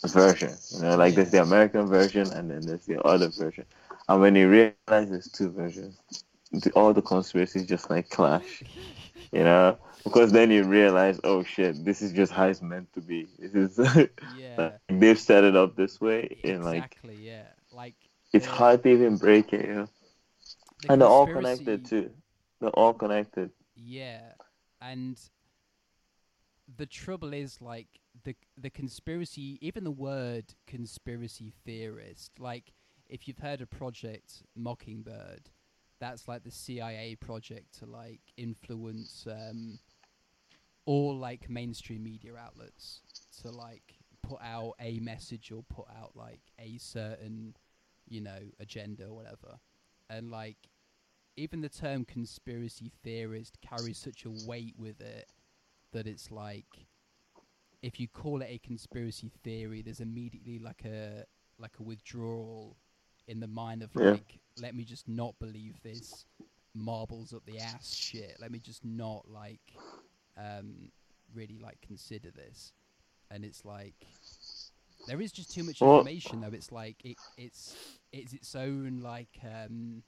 Speaker 3: version. You know, like there's the American version and then there's the other version. And when you realize there's two versions, the, all the conspiracies just like clash. You know, because then you realize, oh shit, this is just how it's meant to be. This is
Speaker 1: yeah.
Speaker 3: they've set it up this way, and like
Speaker 1: Exactly, yeah. Like
Speaker 3: it's
Speaker 1: Yeah.
Speaker 3: hard to even break it. You know?
Speaker 1: the
Speaker 3: and they're all
Speaker 1: conspiracy-
Speaker 3: connected too. They're all connected.
Speaker 1: Yeah, and the trouble is like the the conspiracy, even the word conspiracy theorist. Like if you've heard of Project Mockingbird, that's like the CIA project to like influence um, all like mainstream media outlets to like put out a message or put out like a certain you know agenda or whatever, and like even the term conspiracy theorist carries such a weight with it that it's like if you call it a conspiracy theory there's immediately like a like a withdrawal in the mind of
Speaker 3: Yeah.
Speaker 1: like let me just not believe this marbles up the ass shit let me just not like um really like consider this and it's like there is just too much
Speaker 3: Well-
Speaker 1: information though it's like it it's it's its own like um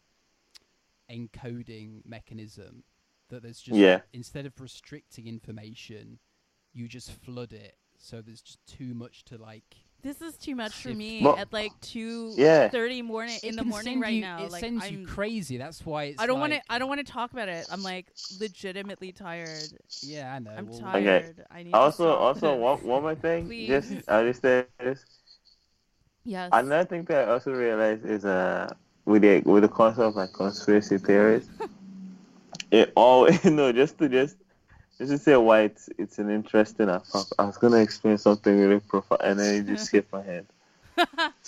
Speaker 1: encoding mechanism that there's just
Speaker 3: Yeah.
Speaker 1: instead of restricting information you just flood it so there's just too much to like
Speaker 2: This is too much for
Speaker 1: Sift
Speaker 2: me
Speaker 3: Well-
Speaker 2: at like two thirty
Speaker 3: Yeah.
Speaker 2: morning in
Speaker 1: It
Speaker 2: the
Speaker 1: can
Speaker 2: morning
Speaker 1: send
Speaker 2: right
Speaker 1: you-
Speaker 2: now.
Speaker 1: it
Speaker 2: like
Speaker 1: sends
Speaker 2: I'm,
Speaker 1: you crazy that's why it's
Speaker 2: I don't want
Speaker 1: like,
Speaker 2: to. I don't want to talk about it. I'm like legitimately tired.
Speaker 1: yeah i know
Speaker 2: I'm
Speaker 1: well,
Speaker 2: tired. I need to
Speaker 3: Also,
Speaker 2: stop
Speaker 3: also
Speaker 2: this.
Speaker 3: one one more thing.
Speaker 2: Please.
Speaker 3: Just I just said this.
Speaker 2: Yes.
Speaker 3: Another thing that I also realized is uh with the with the concept of like conspiracy theories, it always no just to just just to say why it's it's an interesting. I, thought- I was gonna explain something really profound and then it just skipped my head.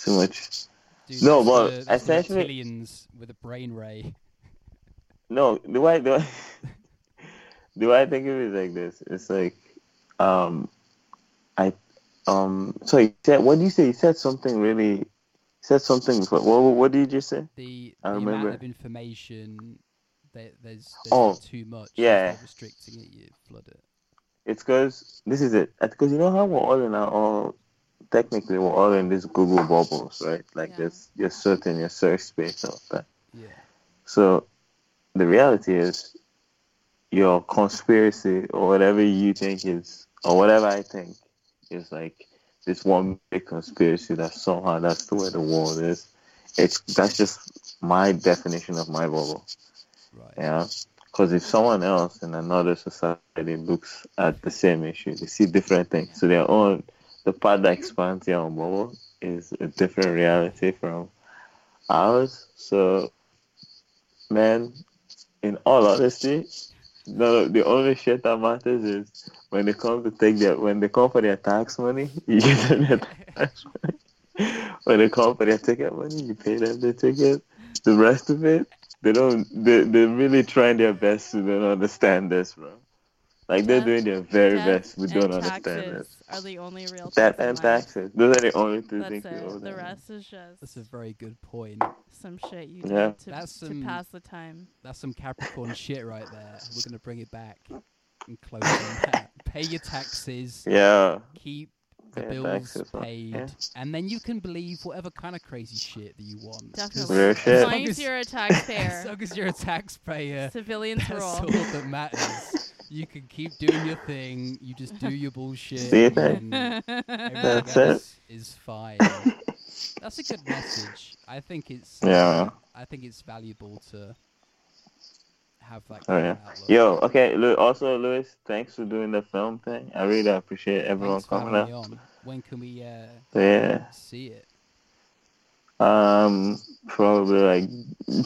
Speaker 3: Too much.
Speaker 1: dude,
Speaker 3: No,
Speaker 1: that's
Speaker 3: but
Speaker 1: the, that's the
Speaker 3: essentially-
Speaker 1: reptilians with a brain ray
Speaker 3: No, do I do I, do I think of it like this? It's like um I um so you said what do you say? You said something really you said something before. What what did you just say?
Speaker 1: the,
Speaker 3: I
Speaker 1: the amount
Speaker 3: remember.
Speaker 1: of information that there's, there's
Speaker 3: Oh,
Speaker 1: too much if
Speaker 3: yeah.
Speaker 1: they're restricting it you flood it
Speaker 3: It's because this is it. Because you know how we're all in our all. Technically, we're all in these Google bubbles, right? Like
Speaker 2: Yeah.
Speaker 3: there's your certain your search space and all that.
Speaker 1: yeah
Speaker 3: So the reality is, your conspiracy or whatever you think is, or whatever I think is like this one big conspiracy that somehow that's the way the world is. It's that's just my definition of my bubble.
Speaker 1: right
Speaker 3: Yeah. Because if someone else in another society looks at the same issue, they see different things. So their own, the part that expands their own bubble is a different reality from ours. So, man, in all honesty, no, the only shit that matters is when they come to take their, when they come for their tax money, you give them their tax money. When they come for their ticket money, you pay them their ticket. The rest of it, they don't they, they're really trying their best to don't understand this bro like they're
Speaker 2: That-
Speaker 3: doing their very
Speaker 2: Death
Speaker 3: best we don't
Speaker 2: and
Speaker 3: understand this
Speaker 2: taxes Are the only real
Speaker 3: that
Speaker 2: things in
Speaker 3: and
Speaker 2: life.
Speaker 3: taxes those are the only two
Speaker 2: That's
Speaker 3: things we owe
Speaker 2: it. The
Speaker 3: them.
Speaker 2: rest is
Speaker 1: that's
Speaker 2: just
Speaker 1: a very good point
Speaker 2: some shit you
Speaker 3: Yeah.
Speaker 2: did to,
Speaker 1: That's
Speaker 2: to
Speaker 1: some-
Speaker 2: pass the time.
Speaker 1: That's some Capricorn shit right there. We're gonna bring it back and close on that. Pay your taxes,
Speaker 3: yeah
Speaker 1: keep the
Speaker 3: Pay your
Speaker 1: bills
Speaker 3: taxes, huh?
Speaker 1: paid,
Speaker 3: Yeah.
Speaker 1: and then you can believe whatever kind of crazy shit that you want. 'Cause
Speaker 2: Definitely.
Speaker 3: Real
Speaker 2: As
Speaker 3: shit.
Speaker 2: long as you're a
Speaker 1: As
Speaker 2: taxpayer,
Speaker 1: long as you're a taxpayer,
Speaker 2: civilians
Speaker 1: that's all
Speaker 2: rule.
Speaker 1: that matters. You can keep doing your thing. You just do your bullshit.
Speaker 3: See you then.
Speaker 1: and
Speaker 2: That's
Speaker 1: everything
Speaker 3: That's it.
Speaker 1: else is fine. That's a good message. I think it's
Speaker 3: Yeah.
Speaker 1: I think it's valuable to have that
Speaker 3: Oh,
Speaker 1: kind
Speaker 3: yeah.
Speaker 1: of outlook.
Speaker 3: yo okay Lu- also lewis thanks for doing the film thing i really appreciate everyone
Speaker 1: Thanks for
Speaker 3: coming
Speaker 1: having me
Speaker 3: up
Speaker 1: on. When can we uh,
Speaker 3: yeah
Speaker 1: see it?
Speaker 3: um probably like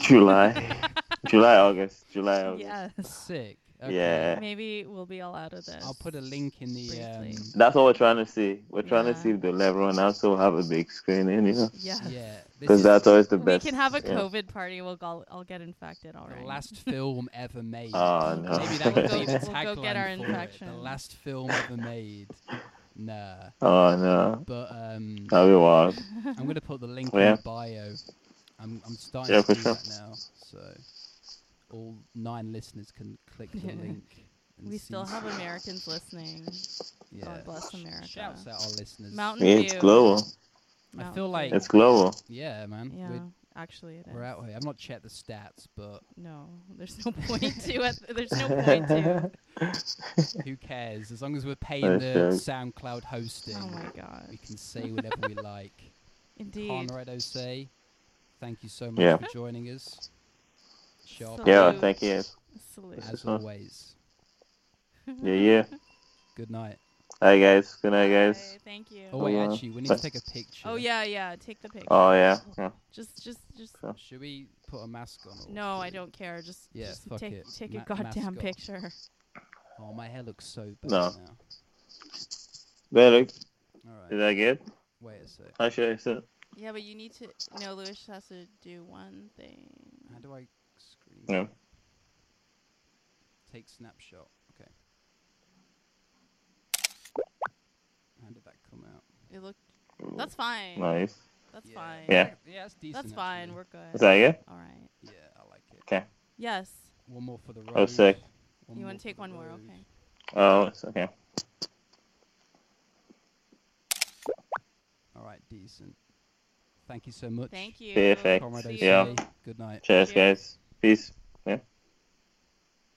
Speaker 3: july july august july august
Speaker 2: Yes.
Speaker 1: Sick. Okay.
Speaker 3: Yeah.
Speaker 2: Maybe we'll be all out of this.
Speaker 1: I'll put a link in the. Um,
Speaker 2: Briefly.
Speaker 3: that's what we're trying to see we're trying
Speaker 2: Yeah.
Speaker 3: to see if they'll everyone else will have a big screen in you know
Speaker 2: Yes.
Speaker 1: yeah. This
Speaker 3: Because
Speaker 1: is
Speaker 3: that's always the
Speaker 2: We
Speaker 3: best.
Speaker 2: can have a
Speaker 3: yeah.
Speaker 2: COVID party. We'll go, I'll get infected. All
Speaker 1: the
Speaker 2: right.
Speaker 1: last film ever made.
Speaker 3: Oh no.
Speaker 1: Maybe that could
Speaker 2: We'll
Speaker 1: be the
Speaker 2: go- we'll
Speaker 1: tagline
Speaker 2: go get our
Speaker 1: for it.
Speaker 2: infection.
Speaker 1: The last film ever made. Nah.
Speaker 3: oh no.
Speaker 1: But um,
Speaker 3: That'd be wild.
Speaker 1: I'm gonna put the link
Speaker 3: Yeah.
Speaker 1: in the bio. I'm I'm starting
Speaker 3: Yeah,
Speaker 1: to
Speaker 3: for
Speaker 1: do
Speaker 3: sure.
Speaker 1: that now, so all nine listeners can click the
Speaker 2: Yeah.
Speaker 1: link. And
Speaker 2: we
Speaker 1: see
Speaker 2: still have
Speaker 1: some-
Speaker 2: Americans listening.
Speaker 1: Yeah.
Speaker 2: God bless America.
Speaker 1: Shouts out our listeners.
Speaker 2: Mountain
Speaker 3: Yeah, it's
Speaker 2: View.
Speaker 3: global.
Speaker 1: I
Speaker 2: Mountain
Speaker 1: feel like
Speaker 3: It's global.
Speaker 1: yeah, man.
Speaker 2: Yeah,
Speaker 1: We're,
Speaker 2: actually, it is.
Speaker 1: we're out here. I've not checked the stats, but
Speaker 2: No, there's no point to it. There's no point to.
Speaker 1: Who cares? As long as we're paying
Speaker 3: That's
Speaker 1: the
Speaker 3: true.
Speaker 1: SoundCloud hosting,
Speaker 2: Oh my god.
Speaker 1: we can say whatever we like.
Speaker 2: Indeed.
Speaker 1: Conrad Say, thank you so much
Speaker 3: Yeah.
Speaker 1: for joining us. Sharp
Speaker 2: So-
Speaker 3: Yeah,
Speaker 2: Salute.
Speaker 3: thank you.
Speaker 2: Salute.
Speaker 1: as always.
Speaker 3: Yeah, yeah.
Speaker 1: Good night.
Speaker 3: All right, guys. Good night, guys.
Speaker 2: Bye. Thank you.
Speaker 1: Oh wait,
Speaker 3: Hello.
Speaker 1: actually, we need to
Speaker 3: Bye.
Speaker 1: take a picture.
Speaker 2: Oh yeah, yeah. Take the picture.
Speaker 3: Oh yeah. yeah.
Speaker 2: Just, just, just.
Speaker 3: Sure.
Speaker 1: Should we put a mask on? or should
Speaker 2: No, I
Speaker 1: we-
Speaker 2: don't care. Just,
Speaker 1: Yeah,
Speaker 2: just
Speaker 1: fuck
Speaker 2: take,
Speaker 1: it.
Speaker 2: take
Speaker 1: Ma-
Speaker 2: a goddamn
Speaker 1: mask off.
Speaker 2: picture.
Speaker 1: Oh, my hair looks so bad
Speaker 3: No.
Speaker 1: now.
Speaker 3: Well, look, is
Speaker 1: All right.
Speaker 3: that good?
Speaker 1: Wait a sec.
Speaker 3: How should I say?
Speaker 2: Yeah, but you need to. No, Lewis has to do one thing.
Speaker 1: How do I screen?
Speaker 3: No.
Speaker 1: Take snapshot. Okay. How did that come out?
Speaker 2: It looked. That's fine.
Speaker 3: Nice.
Speaker 2: That's
Speaker 1: yeah.
Speaker 2: fine.
Speaker 3: Yeah.
Speaker 1: Yeah, that's decent.
Speaker 2: That's fine.
Speaker 1: actually.
Speaker 2: We're
Speaker 3: Is
Speaker 2: good.
Speaker 3: that good?
Speaker 2: All right.
Speaker 1: Yeah, I like it.
Speaker 2: Yes.
Speaker 1: One more for the road.
Speaker 3: Oh, sick.
Speaker 1: One
Speaker 2: you
Speaker 1: more
Speaker 2: want
Speaker 1: for
Speaker 2: to take
Speaker 1: the
Speaker 2: one more?
Speaker 1: road.
Speaker 2: Okay.
Speaker 3: Oh, it's okay.
Speaker 1: All right, decent. Thank you so much.
Speaker 2: Thank you.
Speaker 3: Perfect.
Speaker 1: Comrade
Speaker 2: See
Speaker 1: Osei.
Speaker 2: you.
Speaker 3: Yeah.
Speaker 1: Good night.
Speaker 3: Cheers,
Speaker 2: Cheers.
Speaker 3: guys. Peace.